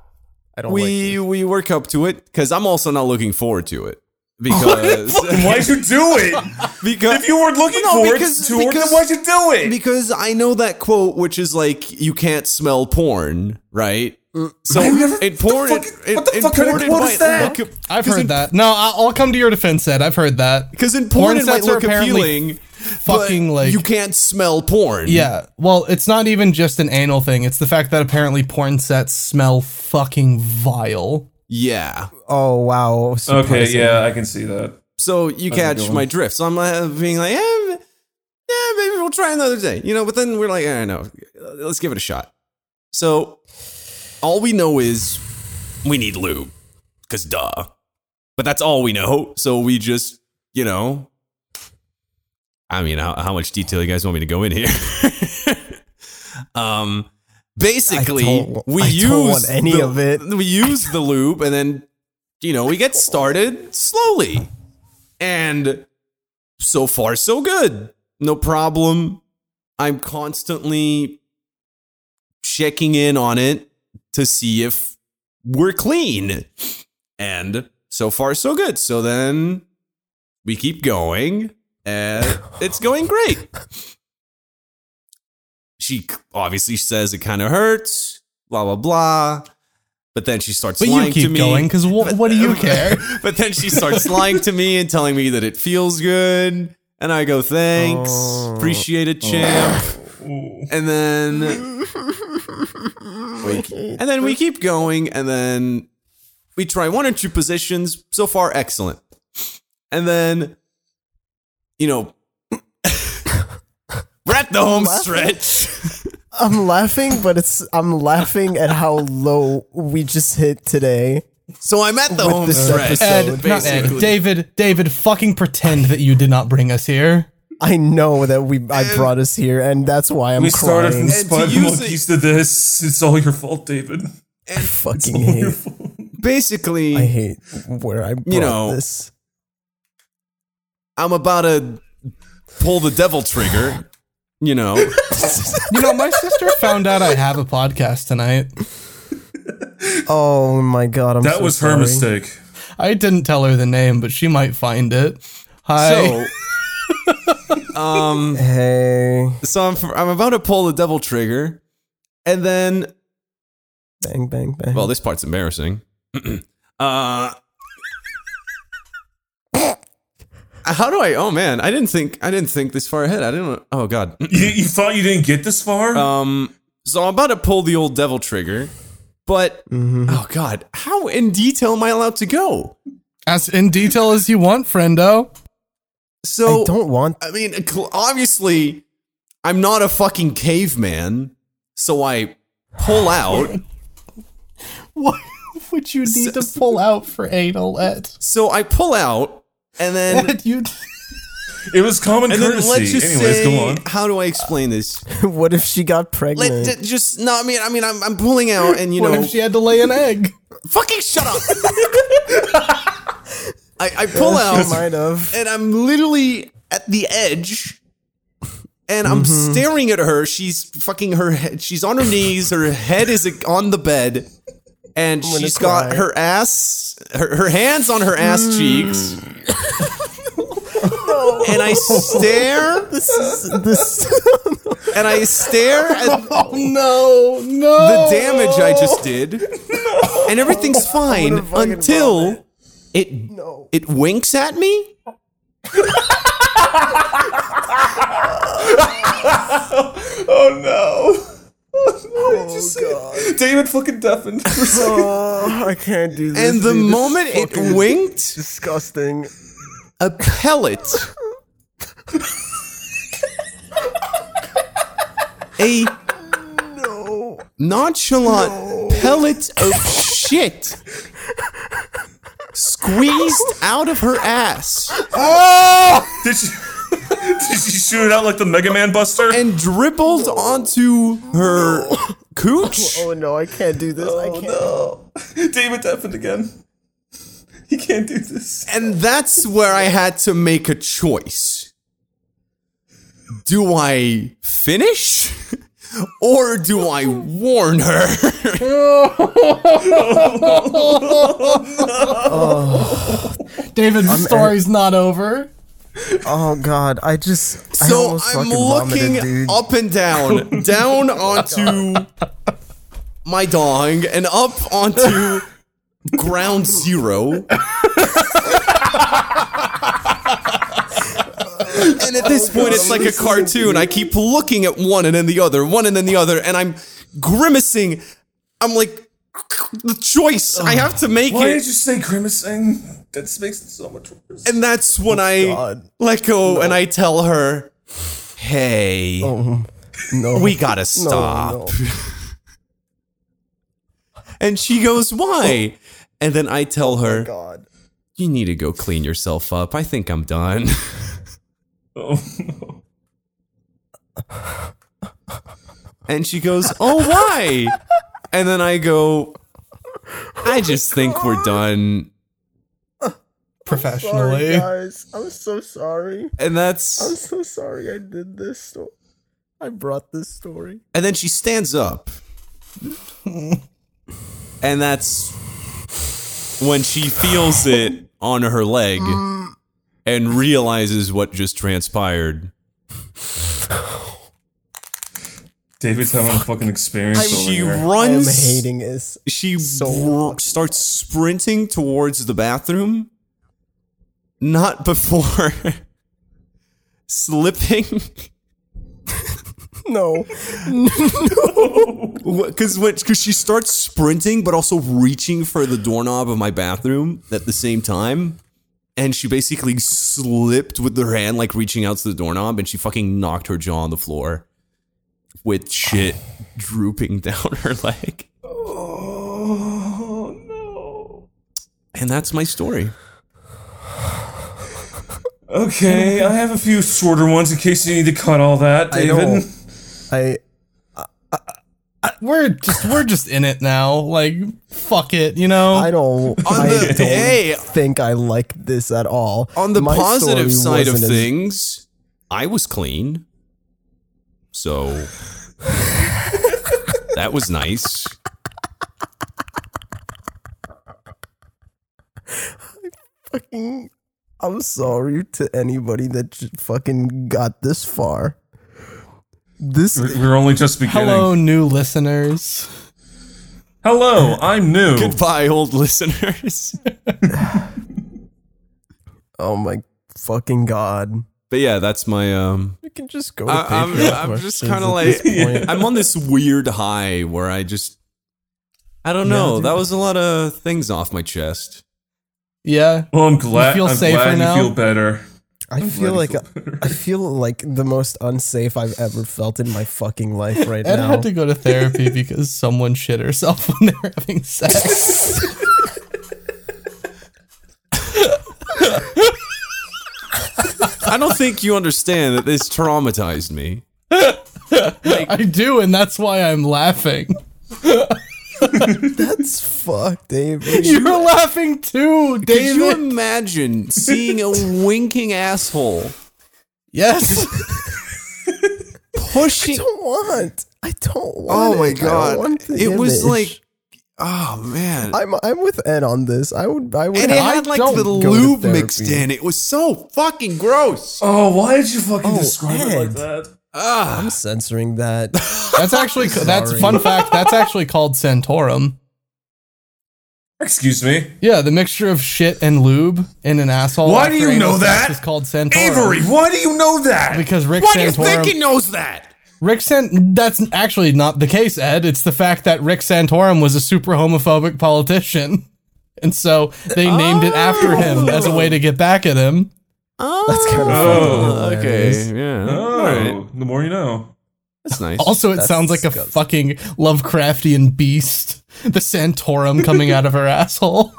[SPEAKER 1] I don't
[SPEAKER 3] we we work up to it because i'm also not looking forward to it because
[SPEAKER 2] Why'd you do it?
[SPEAKER 3] because
[SPEAKER 2] If you weren't looking
[SPEAKER 3] No,
[SPEAKER 2] forward
[SPEAKER 3] because-
[SPEAKER 2] to it, then
[SPEAKER 3] because-
[SPEAKER 2] why'd you do it?
[SPEAKER 3] because i know that quote which is like you can't smell porn right so
[SPEAKER 2] I've never-
[SPEAKER 3] in porn
[SPEAKER 2] what the fuck-
[SPEAKER 3] it,
[SPEAKER 2] what the
[SPEAKER 3] in
[SPEAKER 2] fuck kind of
[SPEAKER 3] porn, it
[SPEAKER 2] quote
[SPEAKER 3] might
[SPEAKER 2] is that?
[SPEAKER 3] look-
[SPEAKER 4] I've
[SPEAKER 3] 'cause
[SPEAKER 4] heard
[SPEAKER 3] in
[SPEAKER 4] that. No, I- I'll come to your defense, Ed. I've heard that.
[SPEAKER 3] Because in porn,
[SPEAKER 4] Porn
[SPEAKER 3] it might
[SPEAKER 4] sets are
[SPEAKER 3] look
[SPEAKER 4] apparently
[SPEAKER 3] appealing.
[SPEAKER 4] fucking,
[SPEAKER 3] but
[SPEAKER 4] like-
[SPEAKER 3] you can't smell porn.
[SPEAKER 4] Yeah. Well, it's not even just an anal thing. It's the fact that apparently porn sets smell fucking vile.
[SPEAKER 3] yeah.
[SPEAKER 1] Oh wow.
[SPEAKER 2] Okay,
[SPEAKER 1] surprising.
[SPEAKER 2] yeah, I can see that.
[SPEAKER 3] So you
[SPEAKER 2] That's a good
[SPEAKER 3] catch
[SPEAKER 2] one.
[SPEAKER 3] my drift. So I'm uh, being like, eh, yeah, maybe we'll try another day, you know. But then we're like, I know, let's give it a shot. So all we know is we need lube, cause duh. But that's all we know. So we just, you know, I mean, how, how much detail you guys want me to go in here? um, basically,
[SPEAKER 1] don't-
[SPEAKER 3] we
[SPEAKER 1] I
[SPEAKER 3] use
[SPEAKER 1] don't want any
[SPEAKER 3] the-
[SPEAKER 1] of it.
[SPEAKER 3] We use the lube, and then you know we get started slowly, and so far so good. No problem. I'm constantly checking in on it to see if we're clean. And so far, so good. So then we keep going, and it's going great. She obviously says it kind of hurts, blah, blah, blah. But then she starts
[SPEAKER 4] But
[SPEAKER 3] lying
[SPEAKER 4] you
[SPEAKER 3] to
[SPEAKER 4] keep
[SPEAKER 3] me.
[SPEAKER 4] going, because wh- what do you care?
[SPEAKER 3] but then she starts lying to me and telling me that it feels good. And I go, thanks.
[SPEAKER 1] Oh.
[SPEAKER 3] Appreciate it, champ.
[SPEAKER 4] Oh.
[SPEAKER 2] Ooh.
[SPEAKER 3] And then we, and then we keep going, and then we try one or two positions. So far, excellent. And then, you know, we're at the home stretch.
[SPEAKER 1] I'm laughing, but it's I'm laughing at how low we just hit today.
[SPEAKER 3] So I'm at the
[SPEAKER 1] With
[SPEAKER 3] home
[SPEAKER 1] this
[SPEAKER 3] stretch.
[SPEAKER 1] episode,
[SPEAKER 4] Ed, not Ed.
[SPEAKER 3] basically.
[SPEAKER 4] David, David, fucking pretend that you did not bring us here.
[SPEAKER 1] I know that we I brought us here, and that's why I'm
[SPEAKER 2] We
[SPEAKER 1] crying.
[SPEAKER 2] started from
[SPEAKER 3] And to
[SPEAKER 2] Spud
[SPEAKER 3] use
[SPEAKER 2] Monkeys to this. It's all your fault, David.
[SPEAKER 1] I fucking hate.
[SPEAKER 3] Basically,
[SPEAKER 1] I hate where I brought
[SPEAKER 3] know,
[SPEAKER 1] this.
[SPEAKER 3] I'm about to pull the devil trigger. You know,
[SPEAKER 4] You know, my sister found out I have a podcast tonight.
[SPEAKER 1] Oh my god, I'm
[SPEAKER 2] That
[SPEAKER 1] so
[SPEAKER 2] was her
[SPEAKER 1] sorry.
[SPEAKER 2] mistake.
[SPEAKER 4] I didn't tell her the name, but she might find it. Hi.
[SPEAKER 3] so. um.
[SPEAKER 1] Hey,
[SPEAKER 3] so I'm, I'm about to pull the devil trigger, and then
[SPEAKER 1] bang, bang, bang.
[SPEAKER 3] well, this part's embarrassing. uh, how do I? Oh man, I didn't think I didn't think this far ahead. I didn't. Oh god.
[SPEAKER 2] You, you thought you didn't get this far?
[SPEAKER 3] Um, so I'm about to pull the old devil trigger, but
[SPEAKER 1] Mm-hmm.
[SPEAKER 3] oh god, how in detail am I allowed to go?
[SPEAKER 4] As in detail as you want, friendo.
[SPEAKER 3] So
[SPEAKER 1] I don't want.
[SPEAKER 3] I mean, cl- obviously, I'm not a fucking caveman, so I pull out.
[SPEAKER 4] Why would you need to pull out for anal, Ed?
[SPEAKER 3] So I pull out, and then
[SPEAKER 4] Ed, you.
[SPEAKER 2] it was common
[SPEAKER 3] and then
[SPEAKER 2] courtesy.
[SPEAKER 3] let's just
[SPEAKER 2] Anyways,
[SPEAKER 3] say,
[SPEAKER 2] go on.
[SPEAKER 3] how do I explain this?
[SPEAKER 1] what if she got pregnant?
[SPEAKER 3] Let d- just no. I mean, I mean, I'm, I'm pulling out, and you
[SPEAKER 4] what
[SPEAKER 3] know,
[SPEAKER 4] if she had to lay an egg?
[SPEAKER 3] fucking shut up. I, I pull
[SPEAKER 1] she
[SPEAKER 3] out,
[SPEAKER 1] might have.
[SPEAKER 3] and I'm literally at the edge, and I'm
[SPEAKER 1] Mm-hmm.
[SPEAKER 3] staring at her. She's fucking her. Head, she's on her knees. Her head is on the bed, and
[SPEAKER 1] gonna
[SPEAKER 3] she's got
[SPEAKER 1] cry. Mm.
[SPEAKER 3] her ass her, her hands on her ass cheeks. And I stare
[SPEAKER 1] This is this.
[SPEAKER 3] and I stare at
[SPEAKER 4] Oh no, no.
[SPEAKER 3] the damage I just did, and everything's fine
[SPEAKER 1] fucking
[SPEAKER 3] until it it winks at me.
[SPEAKER 4] Oh,
[SPEAKER 2] David fucking deafened.
[SPEAKER 1] oh, I can't do this.
[SPEAKER 3] And the
[SPEAKER 1] dude. This is
[SPEAKER 3] moment it
[SPEAKER 1] fucking
[SPEAKER 3] winked,
[SPEAKER 1] disgusting.
[SPEAKER 3] a pellet, a nonchalant pellet of shit, squeezed out of her ass.
[SPEAKER 2] Did she, did she shoot it out like the Mega Man Buster?
[SPEAKER 3] and dribbled onto her cooch.
[SPEAKER 1] Oh no, I can't do this.
[SPEAKER 3] Oh,
[SPEAKER 1] I can't.
[SPEAKER 2] David deafened again. He can't do this.
[SPEAKER 3] And that's where I had to make a choice. Do I finish? Or do I warn her?
[SPEAKER 4] David, the story's not over.
[SPEAKER 1] Oh god, I just. I
[SPEAKER 3] so
[SPEAKER 1] almost
[SPEAKER 3] I'm
[SPEAKER 1] fucking vomited,
[SPEAKER 3] looking
[SPEAKER 1] dude.
[SPEAKER 3] up and down, down onto my dong, and up onto ground zero. and at this point, it's like a cartoon. I keep looking at one and then the other, one and then the other, and I'm grimacing. I'm like, the choice. I have to make
[SPEAKER 2] Why
[SPEAKER 3] it.
[SPEAKER 2] did you say grimacing? That makes it so much worse.
[SPEAKER 3] And that's when I
[SPEAKER 1] Oh, God.
[SPEAKER 3] let go and I tell her,
[SPEAKER 1] Oh,
[SPEAKER 3] hey,
[SPEAKER 1] No.
[SPEAKER 3] we gotta stop.
[SPEAKER 1] No, no.
[SPEAKER 3] And she goes, why? And then I tell her,
[SPEAKER 1] Oh. God.
[SPEAKER 3] you need to go clean yourself up. I think I'm done.
[SPEAKER 2] Oh no.
[SPEAKER 3] And she goes, oh, why? And then I go,
[SPEAKER 1] Oh
[SPEAKER 3] I just think we're done.
[SPEAKER 4] Professionally.
[SPEAKER 1] guys. I'm so sorry.
[SPEAKER 3] And that's,
[SPEAKER 1] so sorry I did this. Sto- I brought this story.
[SPEAKER 3] and then she stands up. And that's when she feels it on her leg
[SPEAKER 1] Mm.
[SPEAKER 3] and realizes what just transpired.
[SPEAKER 2] David's having a fucking experience over
[SPEAKER 3] She
[SPEAKER 2] here.
[SPEAKER 1] I am
[SPEAKER 3] runs
[SPEAKER 1] hating this.
[SPEAKER 3] she
[SPEAKER 1] So-
[SPEAKER 3] br- starts sprinting towards the bathroom not before slipping
[SPEAKER 1] No.
[SPEAKER 3] because because she starts sprinting but also reaching for the doorknob of my bathroom at the same time and she basically slipped with her hand like reaching out to the doorknob and she fucking knocked her jaw on the floor with shit drooping down her leg
[SPEAKER 2] Oh no.
[SPEAKER 3] and that's my story
[SPEAKER 2] Okay, I have a few shorter ones in case you need to cut all that,
[SPEAKER 1] I know.
[SPEAKER 2] David.
[SPEAKER 1] I
[SPEAKER 4] We're just we're just in it now. Like fuck it, you know.
[SPEAKER 1] I don't
[SPEAKER 3] On
[SPEAKER 1] I
[SPEAKER 3] the-
[SPEAKER 1] don't
[SPEAKER 3] hey.
[SPEAKER 1] think I like this at all.
[SPEAKER 3] on the
[SPEAKER 1] My
[SPEAKER 3] positive
[SPEAKER 1] story
[SPEAKER 3] side of
[SPEAKER 1] wasn't as-
[SPEAKER 3] things, I was clean. So that was nice.
[SPEAKER 1] fucking I'm sorry to anybody that j- fucking got this far.
[SPEAKER 3] Mm-hmm.
[SPEAKER 1] This
[SPEAKER 2] We're- We're only just beginning.
[SPEAKER 4] Hello,
[SPEAKER 2] Hello,
[SPEAKER 4] new listeners.
[SPEAKER 2] I'm new.
[SPEAKER 3] Goodbye, old listeners.
[SPEAKER 1] oh my fucking god.
[SPEAKER 3] But yeah, that's my um
[SPEAKER 1] We can just go to
[SPEAKER 3] I, I'm
[SPEAKER 1] Patreon
[SPEAKER 3] I'm just
[SPEAKER 1] questions
[SPEAKER 3] kind of
[SPEAKER 1] at
[SPEAKER 3] like
[SPEAKER 1] this point.
[SPEAKER 3] I'm on this weird high where I just I don't know. that was a lot of things off my chest.
[SPEAKER 4] Yeah.
[SPEAKER 2] Well, I'm glad.
[SPEAKER 4] You feel
[SPEAKER 2] I'm
[SPEAKER 4] safer
[SPEAKER 2] glad
[SPEAKER 4] now?
[SPEAKER 2] you feel better.
[SPEAKER 1] I feel
[SPEAKER 2] glad
[SPEAKER 1] like
[SPEAKER 2] you
[SPEAKER 1] I feel like the most unsafe I've ever felt in my fucking life right
[SPEAKER 4] Ed
[SPEAKER 1] now.
[SPEAKER 4] had to go to therapy because someone shit herself when they were having sex.
[SPEAKER 3] I don't think you understand that this traumatized me.
[SPEAKER 4] I do, and that's why I'm laughing.
[SPEAKER 1] That's fucked, David.
[SPEAKER 4] You're laughing too,
[SPEAKER 3] Could you
[SPEAKER 4] David.
[SPEAKER 3] imagine seeing a winking asshole
[SPEAKER 4] Yes.
[SPEAKER 3] pushing
[SPEAKER 1] I don't want. I don't want.
[SPEAKER 3] Oh my
[SPEAKER 1] it. I don't
[SPEAKER 3] Oh god!
[SPEAKER 1] want the
[SPEAKER 3] It was
[SPEAKER 1] image.
[SPEAKER 3] like Oh man.
[SPEAKER 1] I'm I'm with Ed on this. I would I would.
[SPEAKER 3] and it
[SPEAKER 1] I
[SPEAKER 3] had like
[SPEAKER 1] don't
[SPEAKER 3] the
[SPEAKER 1] go to
[SPEAKER 3] lube
[SPEAKER 1] therapy.
[SPEAKER 3] mixed in. It was so fucking gross.
[SPEAKER 2] Oh, why did you fucking describe it
[SPEAKER 1] Ed.
[SPEAKER 2] like that?
[SPEAKER 3] Ah.
[SPEAKER 1] I'm censoring that.
[SPEAKER 4] That's actually that's
[SPEAKER 1] Sorry.
[SPEAKER 4] fun fact. That's actually called Santorum.
[SPEAKER 2] Excuse me,
[SPEAKER 4] Yeah, the mixture of shit and lube in an asshole.
[SPEAKER 2] Why
[SPEAKER 4] after
[SPEAKER 2] do you
[SPEAKER 4] anal
[SPEAKER 2] know
[SPEAKER 4] sex
[SPEAKER 2] that?
[SPEAKER 4] Is called Santorum.
[SPEAKER 2] Avery. Why do you know that?
[SPEAKER 4] Because Rick
[SPEAKER 3] Why do you
[SPEAKER 4] Santorum.
[SPEAKER 3] think he knows that?
[SPEAKER 4] Rick Sant. That's actually not the case, Ed. It's the fact that Rick Santorum was a super homophobic politician, and so they named it after him as a way to get back at him.
[SPEAKER 3] Oh,
[SPEAKER 1] That's kind of
[SPEAKER 2] Oh,
[SPEAKER 1] fucking hilarious.
[SPEAKER 3] okay. Yeah.
[SPEAKER 2] oh,
[SPEAKER 3] All right.
[SPEAKER 2] the more you know.
[SPEAKER 3] That's nice.
[SPEAKER 4] Also, it
[SPEAKER 1] That's
[SPEAKER 4] sounds like a
[SPEAKER 1] disgusting.
[SPEAKER 4] fucking Lovecraftian beast. The Santorum coming out of her asshole.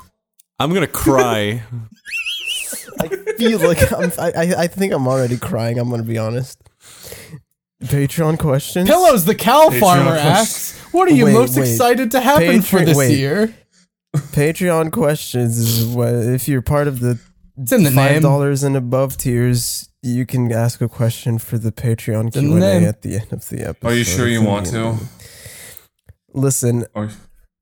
[SPEAKER 3] I'm gonna cry.
[SPEAKER 1] I feel like I'm, I, I I think I'm already crying. I'm gonna be honest. Patreon questions.
[SPEAKER 4] Pillows, the cow
[SPEAKER 2] Patreon
[SPEAKER 4] farmer
[SPEAKER 2] question.
[SPEAKER 4] asks, "What are you
[SPEAKER 1] Wait,
[SPEAKER 4] most
[SPEAKER 1] wait.
[SPEAKER 4] excited to happen for
[SPEAKER 1] Patreon-
[SPEAKER 4] this
[SPEAKER 1] wait.
[SPEAKER 4] year?"
[SPEAKER 1] Patreon questions is what if you're part of the
[SPEAKER 4] It's in the
[SPEAKER 1] five
[SPEAKER 4] name.
[SPEAKER 1] dollars and above tiers, you can ask a question for the Patreon
[SPEAKER 4] in
[SPEAKER 1] Q and
[SPEAKER 4] the
[SPEAKER 1] A
[SPEAKER 4] name.
[SPEAKER 1] at the end of the episode.
[SPEAKER 2] Are you sure you
[SPEAKER 1] It's in
[SPEAKER 2] want
[SPEAKER 1] the
[SPEAKER 2] to?
[SPEAKER 1] name. Listen,
[SPEAKER 2] Or-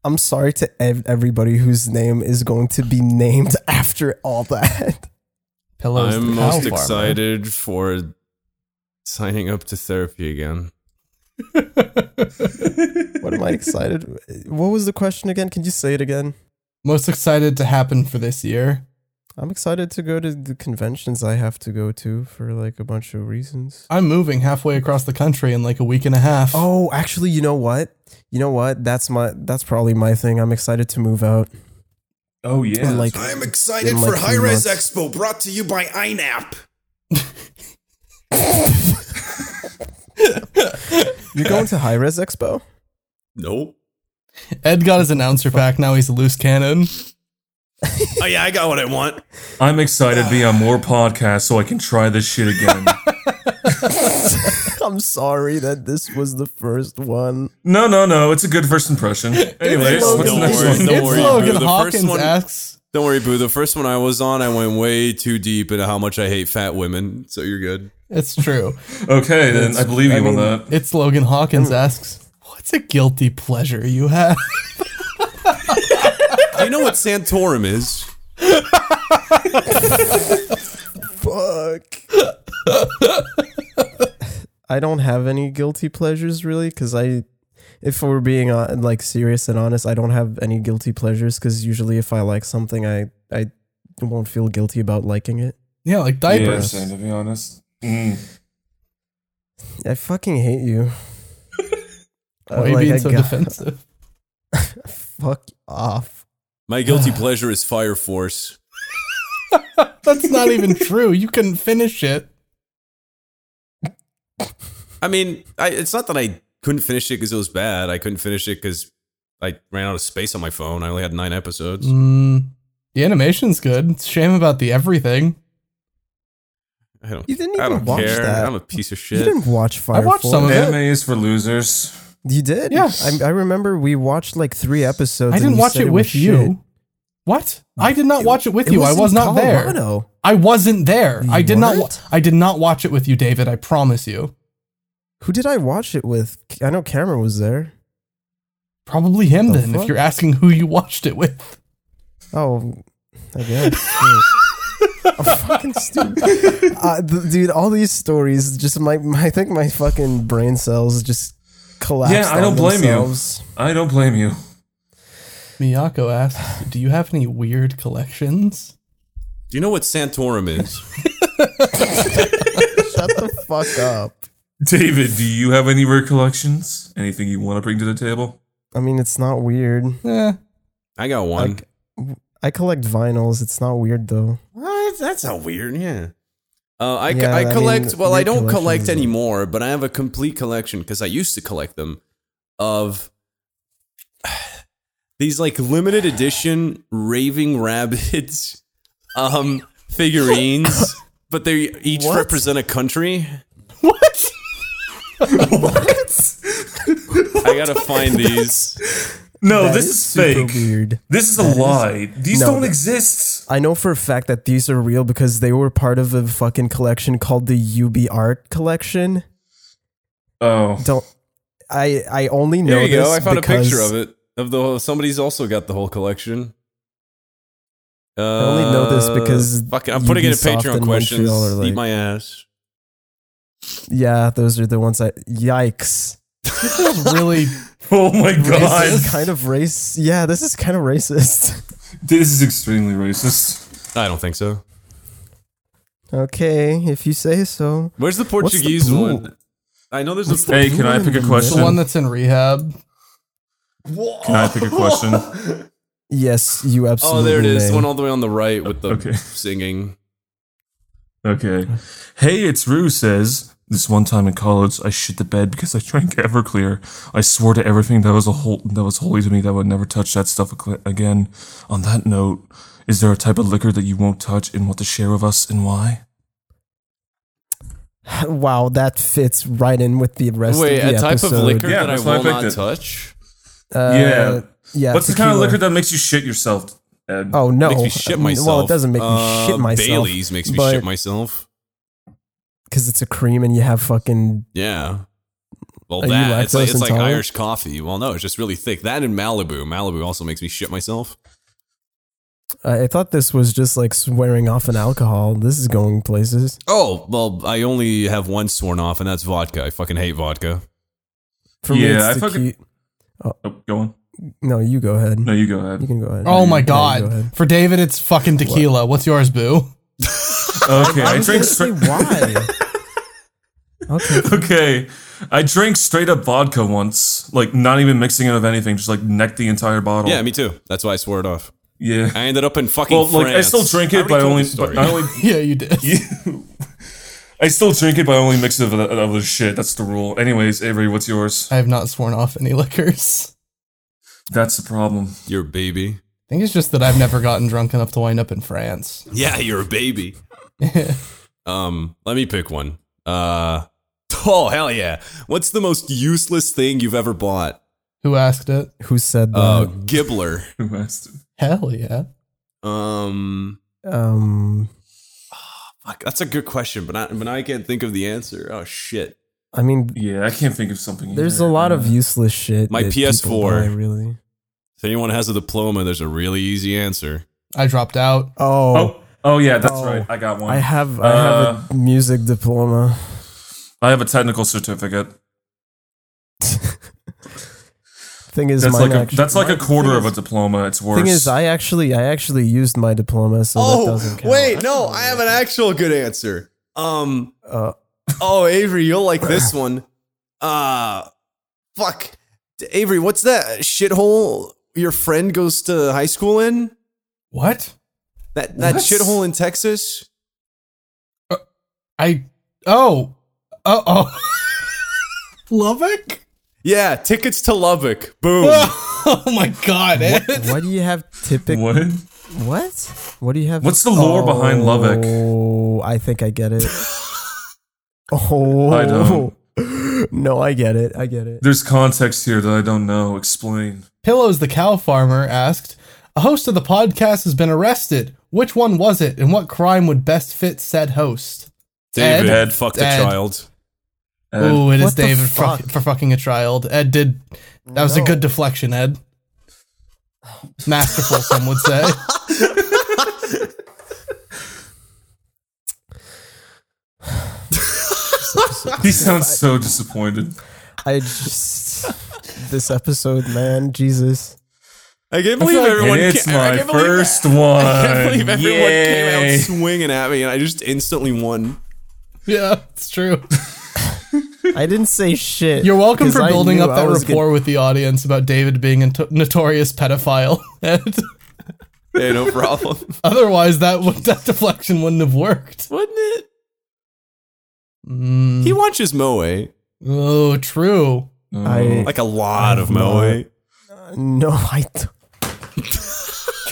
[SPEAKER 1] I'm sorry to ev- everybody whose name is going to be named after all that.
[SPEAKER 4] Pillows,
[SPEAKER 3] I'm
[SPEAKER 4] the cow
[SPEAKER 3] most
[SPEAKER 4] farmer.
[SPEAKER 3] excited for signing up to therapy again.
[SPEAKER 1] What am I excited? What was the question again? Can you say it again?
[SPEAKER 4] Most excited to happen for this year.
[SPEAKER 1] I'm excited to go to the conventions I have to go to for like a bunch of reasons.
[SPEAKER 4] I'm moving halfway across the country in like a week and a half.
[SPEAKER 1] Oh, actually, you know what? You know what? That's my that's probably my thing. I'm excited to move out.
[SPEAKER 2] oh yeah.
[SPEAKER 1] like
[SPEAKER 3] I'm excited
[SPEAKER 1] In like
[SPEAKER 3] for
[SPEAKER 1] three
[SPEAKER 3] High Res
[SPEAKER 1] months.
[SPEAKER 3] Expo, brought to you by INAP.
[SPEAKER 1] you're going to High Res Expo.
[SPEAKER 3] Nope.
[SPEAKER 4] Ed got his announcer back. Now he's a loose cannon.
[SPEAKER 3] oh yeah, I got what I want.
[SPEAKER 2] I'm excited to be on more podcasts so I can try this shit again.
[SPEAKER 1] I'm sorry that this was the first one.
[SPEAKER 2] no, no, no. It's a good first impression. Anyways,
[SPEAKER 1] Logan.
[SPEAKER 2] what's the next
[SPEAKER 1] Don't
[SPEAKER 2] one?
[SPEAKER 3] worry,
[SPEAKER 4] it's
[SPEAKER 3] worry,
[SPEAKER 4] Logan
[SPEAKER 3] bro. The first
[SPEAKER 4] Hawkins
[SPEAKER 3] one-
[SPEAKER 4] asks.
[SPEAKER 3] Don't worry, Boo. The first one I was on, I went way too deep into how much I hate fat women. So you're good.
[SPEAKER 4] It's true.
[SPEAKER 2] Okay, then I believe you
[SPEAKER 1] I
[SPEAKER 2] on
[SPEAKER 1] mean-
[SPEAKER 2] that.
[SPEAKER 4] It's Logan Hawkins asks. What's a guilty pleasure you have?
[SPEAKER 3] Do you know what Santorum is?
[SPEAKER 1] Fuck. I don't have any guilty pleasures really, because I, if we're being uh, like serious and honest, I don't have any guilty pleasures. Because usually, if I like something, I I won't feel guilty about liking it.
[SPEAKER 4] Yeah, like
[SPEAKER 2] Yeah,
[SPEAKER 4] diapers.
[SPEAKER 2] same, to be honest. Mm.
[SPEAKER 1] I fucking hate you.
[SPEAKER 4] Why are you
[SPEAKER 1] Like, I
[SPEAKER 4] being so
[SPEAKER 1] got-
[SPEAKER 4] defensive?
[SPEAKER 1] Fuck off.
[SPEAKER 3] My guilty pleasure is Fire Force.
[SPEAKER 4] That's not even true. You couldn't finish it.
[SPEAKER 3] I mean, I, it's not that I couldn't finish it because it was bad. I couldn't finish it because I ran out of space on my phone. I only had nine episodes.
[SPEAKER 4] Mm, the animation's good. It's a shame about the everything.
[SPEAKER 3] I don't.
[SPEAKER 1] You didn't
[SPEAKER 3] I
[SPEAKER 1] even
[SPEAKER 3] don't
[SPEAKER 1] watch
[SPEAKER 3] care.
[SPEAKER 1] that.
[SPEAKER 3] I'm a piece of
[SPEAKER 1] You
[SPEAKER 3] shit.
[SPEAKER 1] didn't watch Fire
[SPEAKER 4] I watched
[SPEAKER 1] Force.
[SPEAKER 4] some of it.
[SPEAKER 2] Anime is for losers.
[SPEAKER 1] You did?
[SPEAKER 4] Yeah.
[SPEAKER 1] I, I remember we watched like three episodes.
[SPEAKER 4] I
[SPEAKER 1] and
[SPEAKER 4] didn't
[SPEAKER 1] you
[SPEAKER 4] watch
[SPEAKER 1] said
[SPEAKER 4] it
[SPEAKER 1] was
[SPEAKER 4] with you.
[SPEAKER 1] shit.
[SPEAKER 4] What? I did not watch it with
[SPEAKER 1] It
[SPEAKER 4] you. I
[SPEAKER 1] in
[SPEAKER 4] was not there.
[SPEAKER 1] Colorado.
[SPEAKER 4] I wasn't there.
[SPEAKER 1] You
[SPEAKER 4] I did not. Wa-
[SPEAKER 1] weren't?
[SPEAKER 4] I did not watch it with you, David. I promise you.
[SPEAKER 1] Who did I watch it with? I know Cameron was there.
[SPEAKER 4] Probably him
[SPEAKER 1] The
[SPEAKER 4] then.
[SPEAKER 1] fuck?
[SPEAKER 4] If you're asking who you watched it with,
[SPEAKER 1] Oh, I guess. Shit. I'm fucking stupid, uh, th- dude. All these stories, just my, my, I think my fucking brain cells just collapsed.
[SPEAKER 2] Yeah, I
[SPEAKER 1] on
[SPEAKER 2] don't blame you.
[SPEAKER 1] themselves.
[SPEAKER 2] I don't blame you.
[SPEAKER 4] Miyako asks, "Do you have any weird collections?"
[SPEAKER 3] Do you know what Santorum is?
[SPEAKER 1] Shut the fuck up.
[SPEAKER 2] David, do you have any recollections? Anything you want to bring to the table?
[SPEAKER 1] I mean, it's not weird.
[SPEAKER 4] Eh,
[SPEAKER 3] I got one.
[SPEAKER 1] Like, I collect vinyls. It's not weird though.
[SPEAKER 3] What? That's not weird. Yeah. Uh, I,
[SPEAKER 1] Yeah,
[SPEAKER 3] I
[SPEAKER 1] I mean,
[SPEAKER 3] collect. well, I
[SPEAKER 1] weird
[SPEAKER 3] don't collect
[SPEAKER 1] collections are-
[SPEAKER 3] anymore, but I have a complete collection because I used to collect them of these like limited edition raving rabbits um, figurines, but they each
[SPEAKER 1] What?
[SPEAKER 3] represent a country.
[SPEAKER 4] What?
[SPEAKER 3] I gotta find these.
[SPEAKER 2] No,
[SPEAKER 1] That
[SPEAKER 2] this
[SPEAKER 1] is
[SPEAKER 2] is,
[SPEAKER 1] super
[SPEAKER 2] fake.
[SPEAKER 1] Weird.
[SPEAKER 2] This is a lie. These
[SPEAKER 1] No,
[SPEAKER 2] don't
[SPEAKER 1] that-
[SPEAKER 2] exist.
[SPEAKER 1] I know for a fact that these are real because they were part of a fucking collection called the UB Art Collection.
[SPEAKER 2] Oh.
[SPEAKER 1] Don't I? I only know
[SPEAKER 3] There you
[SPEAKER 1] this
[SPEAKER 3] go. I found a
[SPEAKER 1] because
[SPEAKER 3] picture of it. of the whole, somebody's also got the whole collection. Uh, I
[SPEAKER 1] only know this because
[SPEAKER 3] fuck it, I'm putting it in
[SPEAKER 1] Ubisoft
[SPEAKER 3] Patreon
[SPEAKER 1] and
[SPEAKER 3] questions.
[SPEAKER 1] Montreal are like-
[SPEAKER 3] Eat my ass.
[SPEAKER 1] Yeah, those are the ones I. Yikes.
[SPEAKER 4] really
[SPEAKER 2] Oh my god.
[SPEAKER 1] This is kind of race. Yeah, this is kind of racist.
[SPEAKER 2] This is extremely racist.
[SPEAKER 3] I don't think so.
[SPEAKER 1] Okay, if you say so.
[SPEAKER 3] Where's the
[SPEAKER 1] What's the
[SPEAKER 3] Portuguese
[SPEAKER 1] blue?
[SPEAKER 3] one? I know there's a
[SPEAKER 2] Hey, can I pick a
[SPEAKER 4] the one
[SPEAKER 2] question?
[SPEAKER 4] that's in rehab.
[SPEAKER 2] Can I pick a question?
[SPEAKER 1] Yes, you absolutely.
[SPEAKER 3] Oh, there it is.
[SPEAKER 1] may.
[SPEAKER 3] The one all the way on the right with the
[SPEAKER 2] Okay.
[SPEAKER 3] singing.
[SPEAKER 2] Okay. Hey, it's Rue says, This one time in college, I shit the bed because I drank Everclear. I swore to everything that was a whole, that was holy to me that I would never touch that stuff acla- again. On that note, is there a type of liquor that you won't touch and want to share with us and why?
[SPEAKER 1] Wow, that fits right in with the rest
[SPEAKER 3] Wait,
[SPEAKER 1] of the
[SPEAKER 3] a type
[SPEAKER 1] episode.
[SPEAKER 3] of liquor
[SPEAKER 2] Yeah,
[SPEAKER 3] that I
[SPEAKER 2] that's why I
[SPEAKER 3] will not
[SPEAKER 2] picked it.
[SPEAKER 3] touch.
[SPEAKER 1] Uh,
[SPEAKER 2] Yeah.
[SPEAKER 1] Yeah.
[SPEAKER 2] What's the kind of
[SPEAKER 1] tequila.
[SPEAKER 2] liquor that makes you shit yourself, Ed?
[SPEAKER 1] Oh no!
[SPEAKER 3] Makes me shit
[SPEAKER 1] Mm,
[SPEAKER 3] myself.
[SPEAKER 1] Well, it doesn't make
[SPEAKER 3] Uh,
[SPEAKER 1] me shit myself.
[SPEAKER 3] Bailey's makes me shit myself.
[SPEAKER 1] because it's a cream and you have fucking
[SPEAKER 3] Yeah. Well,
[SPEAKER 1] Are you
[SPEAKER 3] that it's like
[SPEAKER 1] lactose
[SPEAKER 3] it's like
[SPEAKER 1] intolerant?
[SPEAKER 3] Irish coffee. Well, no, it's just really thick. That and Malibu. Malibu also makes me shit myself.
[SPEAKER 1] I I thought this was just like swearing off an alcohol. This is going places.
[SPEAKER 3] Oh well, I only have one sworn off, and that's vodka. I fucking hate vodka.
[SPEAKER 1] For me,
[SPEAKER 2] Yeah,
[SPEAKER 1] it's
[SPEAKER 2] I fucking-
[SPEAKER 1] tequi-
[SPEAKER 2] Oh, go on.
[SPEAKER 1] No, you go ahead.
[SPEAKER 2] No, you go ahead.
[SPEAKER 1] You can go ahead.
[SPEAKER 4] Oh my
[SPEAKER 1] go
[SPEAKER 4] god.
[SPEAKER 1] ahead.
[SPEAKER 4] For David, it's fucking tequila. What's yours, boo?
[SPEAKER 2] Okay,
[SPEAKER 1] I
[SPEAKER 2] I
[SPEAKER 1] was
[SPEAKER 2] drank
[SPEAKER 1] gonna say
[SPEAKER 2] straight.
[SPEAKER 1] why. okay.
[SPEAKER 2] Okay, I drank straight up vodka once, like not even mixing it with anything, just like neck the entire bottle.
[SPEAKER 3] Yeah, me too. That's why I swore it off.
[SPEAKER 2] yeah.
[SPEAKER 3] I ended up in fucking.
[SPEAKER 2] Oh. Well, like I
[SPEAKER 3] France.
[SPEAKER 2] still drink it,
[SPEAKER 3] already
[SPEAKER 2] but I
[SPEAKER 3] told
[SPEAKER 2] only,
[SPEAKER 3] this story.
[SPEAKER 2] but I only,
[SPEAKER 4] Yeah, you did.
[SPEAKER 2] I still drink it, but I only mix it with other shit. That's the rule. Anyways, Avery, what's yours?
[SPEAKER 4] I have not sworn off any liquors.
[SPEAKER 2] That's the problem.
[SPEAKER 3] You're a baby.
[SPEAKER 4] I think it's just that I've never gotten drunk enough to wind up in France.
[SPEAKER 3] Yeah, you're a baby. um, let me pick one. Uh, oh hell yeah! What's the most useless thing you've ever bought?
[SPEAKER 4] Who asked it?
[SPEAKER 1] Who said that?
[SPEAKER 3] Uh, Gibbler.
[SPEAKER 2] Who asked it?
[SPEAKER 4] Hell yeah.
[SPEAKER 3] Um,
[SPEAKER 1] um,
[SPEAKER 3] fuck, that's a good question, but I, but I can't think of the answer. Oh shit!
[SPEAKER 1] I mean,
[SPEAKER 2] Yeah, I can't think of something.
[SPEAKER 1] there's a
[SPEAKER 2] either.
[SPEAKER 1] lot of
[SPEAKER 2] Uh,
[SPEAKER 1] useless shit.
[SPEAKER 3] My
[SPEAKER 1] that
[SPEAKER 3] PS4.
[SPEAKER 1] people buy, really.
[SPEAKER 3] If anyone has a diploma, there's a really easy answer.
[SPEAKER 4] I dropped out.
[SPEAKER 1] Oh,
[SPEAKER 2] Oh, Uh, oh yeah, that's
[SPEAKER 1] Oh.
[SPEAKER 2] right. I got one.
[SPEAKER 1] I have I have a music diploma.
[SPEAKER 2] I have a technical certificate.
[SPEAKER 1] Thing is,
[SPEAKER 2] That's
[SPEAKER 1] mine
[SPEAKER 2] like a,
[SPEAKER 1] actu-
[SPEAKER 2] that's like a
[SPEAKER 1] mine-
[SPEAKER 2] quarter
[SPEAKER 1] thing
[SPEAKER 2] of a
[SPEAKER 1] is-
[SPEAKER 2] diploma. It's worse.
[SPEAKER 1] Thing is, I actually I actually used my diploma, so that doesn't count.
[SPEAKER 3] Oh, no, I have an actual good answer. Um,
[SPEAKER 1] Uh,
[SPEAKER 3] oh Avery, you'll like this one. Uh, fuck, Avery, what's that shithole your friend goes to high school in?
[SPEAKER 4] What?
[SPEAKER 3] That that
[SPEAKER 4] What?
[SPEAKER 3] shithole in Texas?
[SPEAKER 4] I. Oh. Uh oh. Lubbock?
[SPEAKER 3] Yeah, tickets to Lubbock. Boom.
[SPEAKER 4] Oh my god. Ed.
[SPEAKER 1] why do you have typical?
[SPEAKER 2] what?
[SPEAKER 1] What? What do you have?
[SPEAKER 2] What's the lore behind Lubbock?
[SPEAKER 1] Oh, I think I get it. oh,
[SPEAKER 2] I don't.
[SPEAKER 1] No, I get it. I get it.
[SPEAKER 2] There's context here that I don't know. Explain.
[SPEAKER 4] Pillows the cow farmer asked A host of the podcast has been arrested. Which one was it, and what crime would best fit said host?
[SPEAKER 3] David
[SPEAKER 2] Ed.
[SPEAKER 3] fucked
[SPEAKER 4] Ed.
[SPEAKER 3] a child.
[SPEAKER 2] Ed.
[SPEAKER 4] Oh, it is
[SPEAKER 1] What the
[SPEAKER 4] David for,
[SPEAKER 1] fuck?
[SPEAKER 4] for fucking a child. Ed did. That was a good deflection, Ed. Masterful, some would say.
[SPEAKER 2] he sounds so disappointed.
[SPEAKER 1] I just this episode, man, Jesus.
[SPEAKER 3] I
[SPEAKER 2] It's
[SPEAKER 3] can't believe everyone.
[SPEAKER 2] it's
[SPEAKER 3] ca- I
[SPEAKER 2] my
[SPEAKER 3] can't believe-
[SPEAKER 2] first one.
[SPEAKER 3] I can't believe everyone
[SPEAKER 2] Yay.
[SPEAKER 3] came out swinging at me, and I just instantly won.
[SPEAKER 4] yeah, it's true.
[SPEAKER 1] I didn't say shit.
[SPEAKER 4] You're welcome for
[SPEAKER 1] because I
[SPEAKER 4] building
[SPEAKER 1] knew
[SPEAKER 4] up
[SPEAKER 1] I
[SPEAKER 4] that
[SPEAKER 1] was
[SPEAKER 4] rapport with the audience about David being a to- notorious pedophile. Ed.
[SPEAKER 3] Hey, no problem.
[SPEAKER 4] Otherwise, that would- that deflection wouldn't have worked.
[SPEAKER 3] Wouldn't it? He watches Moe
[SPEAKER 4] Oh, true.
[SPEAKER 1] I
[SPEAKER 3] like a lot of Moe.
[SPEAKER 1] no, I. Don't.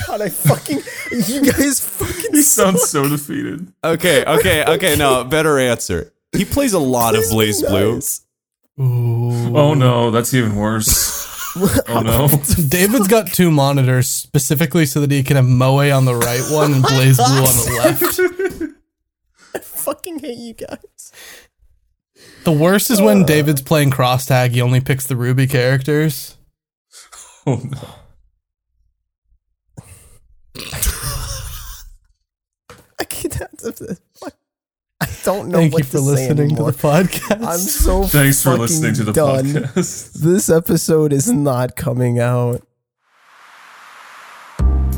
[SPEAKER 1] God, I fucking you guys fucking.
[SPEAKER 2] He sounds so defeated.
[SPEAKER 3] Okay, okay, okay. No, better answer. He plays a lot of Blaze Blue.
[SPEAKER 4] Ooh.
[SPEAKER 2] Oh no, that's even worse. oh no.
[SPEAKER 4] David's got two monitors specifically so that he can have Moe on the right one and Blaze Blue on the left.
[SPEAKER 1] fucking hate you guys.
[SPEAKER 4] The worst is when David's playing cross tag, he only picks the Ruby characters.
[SPEAKER 2] Oh no.
[SPEAKER 1] I can't. I don't know
[SPEAKER 4] Thank
[SPEAKER 1] what
[SPEAKER 4] you for
[SPEAKER 1] to say
[SPEAKER 4] listening to
[SPEAKER 1] anymore.
[SPEAKER 4] the podcast.
[SPEAKER 1] I'm so
[SPEAKER 2] Thanks for
[SPEAKER 1] fucking
[SPEAKER 2] listening to the
[SPEAKER 1] done.
[SPEAKER 2] podcast.
[SPEAKER 1] This episode is not coming out.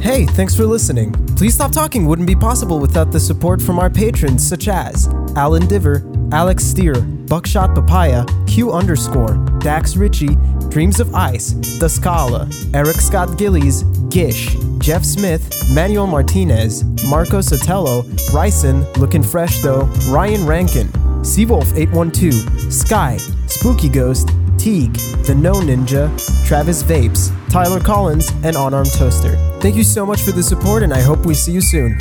[SPEAKER 1] Hey, thanks for listening. Please Stop Talking wouldn't be possible without the support from our patrons such as Alan Diver, Alex Steer, Buckshot Papaya, Q underscore, Dax Ritchie, Dreams of Ice, The Scala, Eric Scott Gillies, Gish, Jeff Smith, Manuel Martinez, Marco Sotelo, Ryson, Looking Fresh Though, Ryan Rankin, Seawolf812, Sky, Spooky Ghost, Teague, The No Ninja, Travis Vapes, Tyler Collins, and On Arm Toaster. Thank you so much for the support, and I hope we see you soon.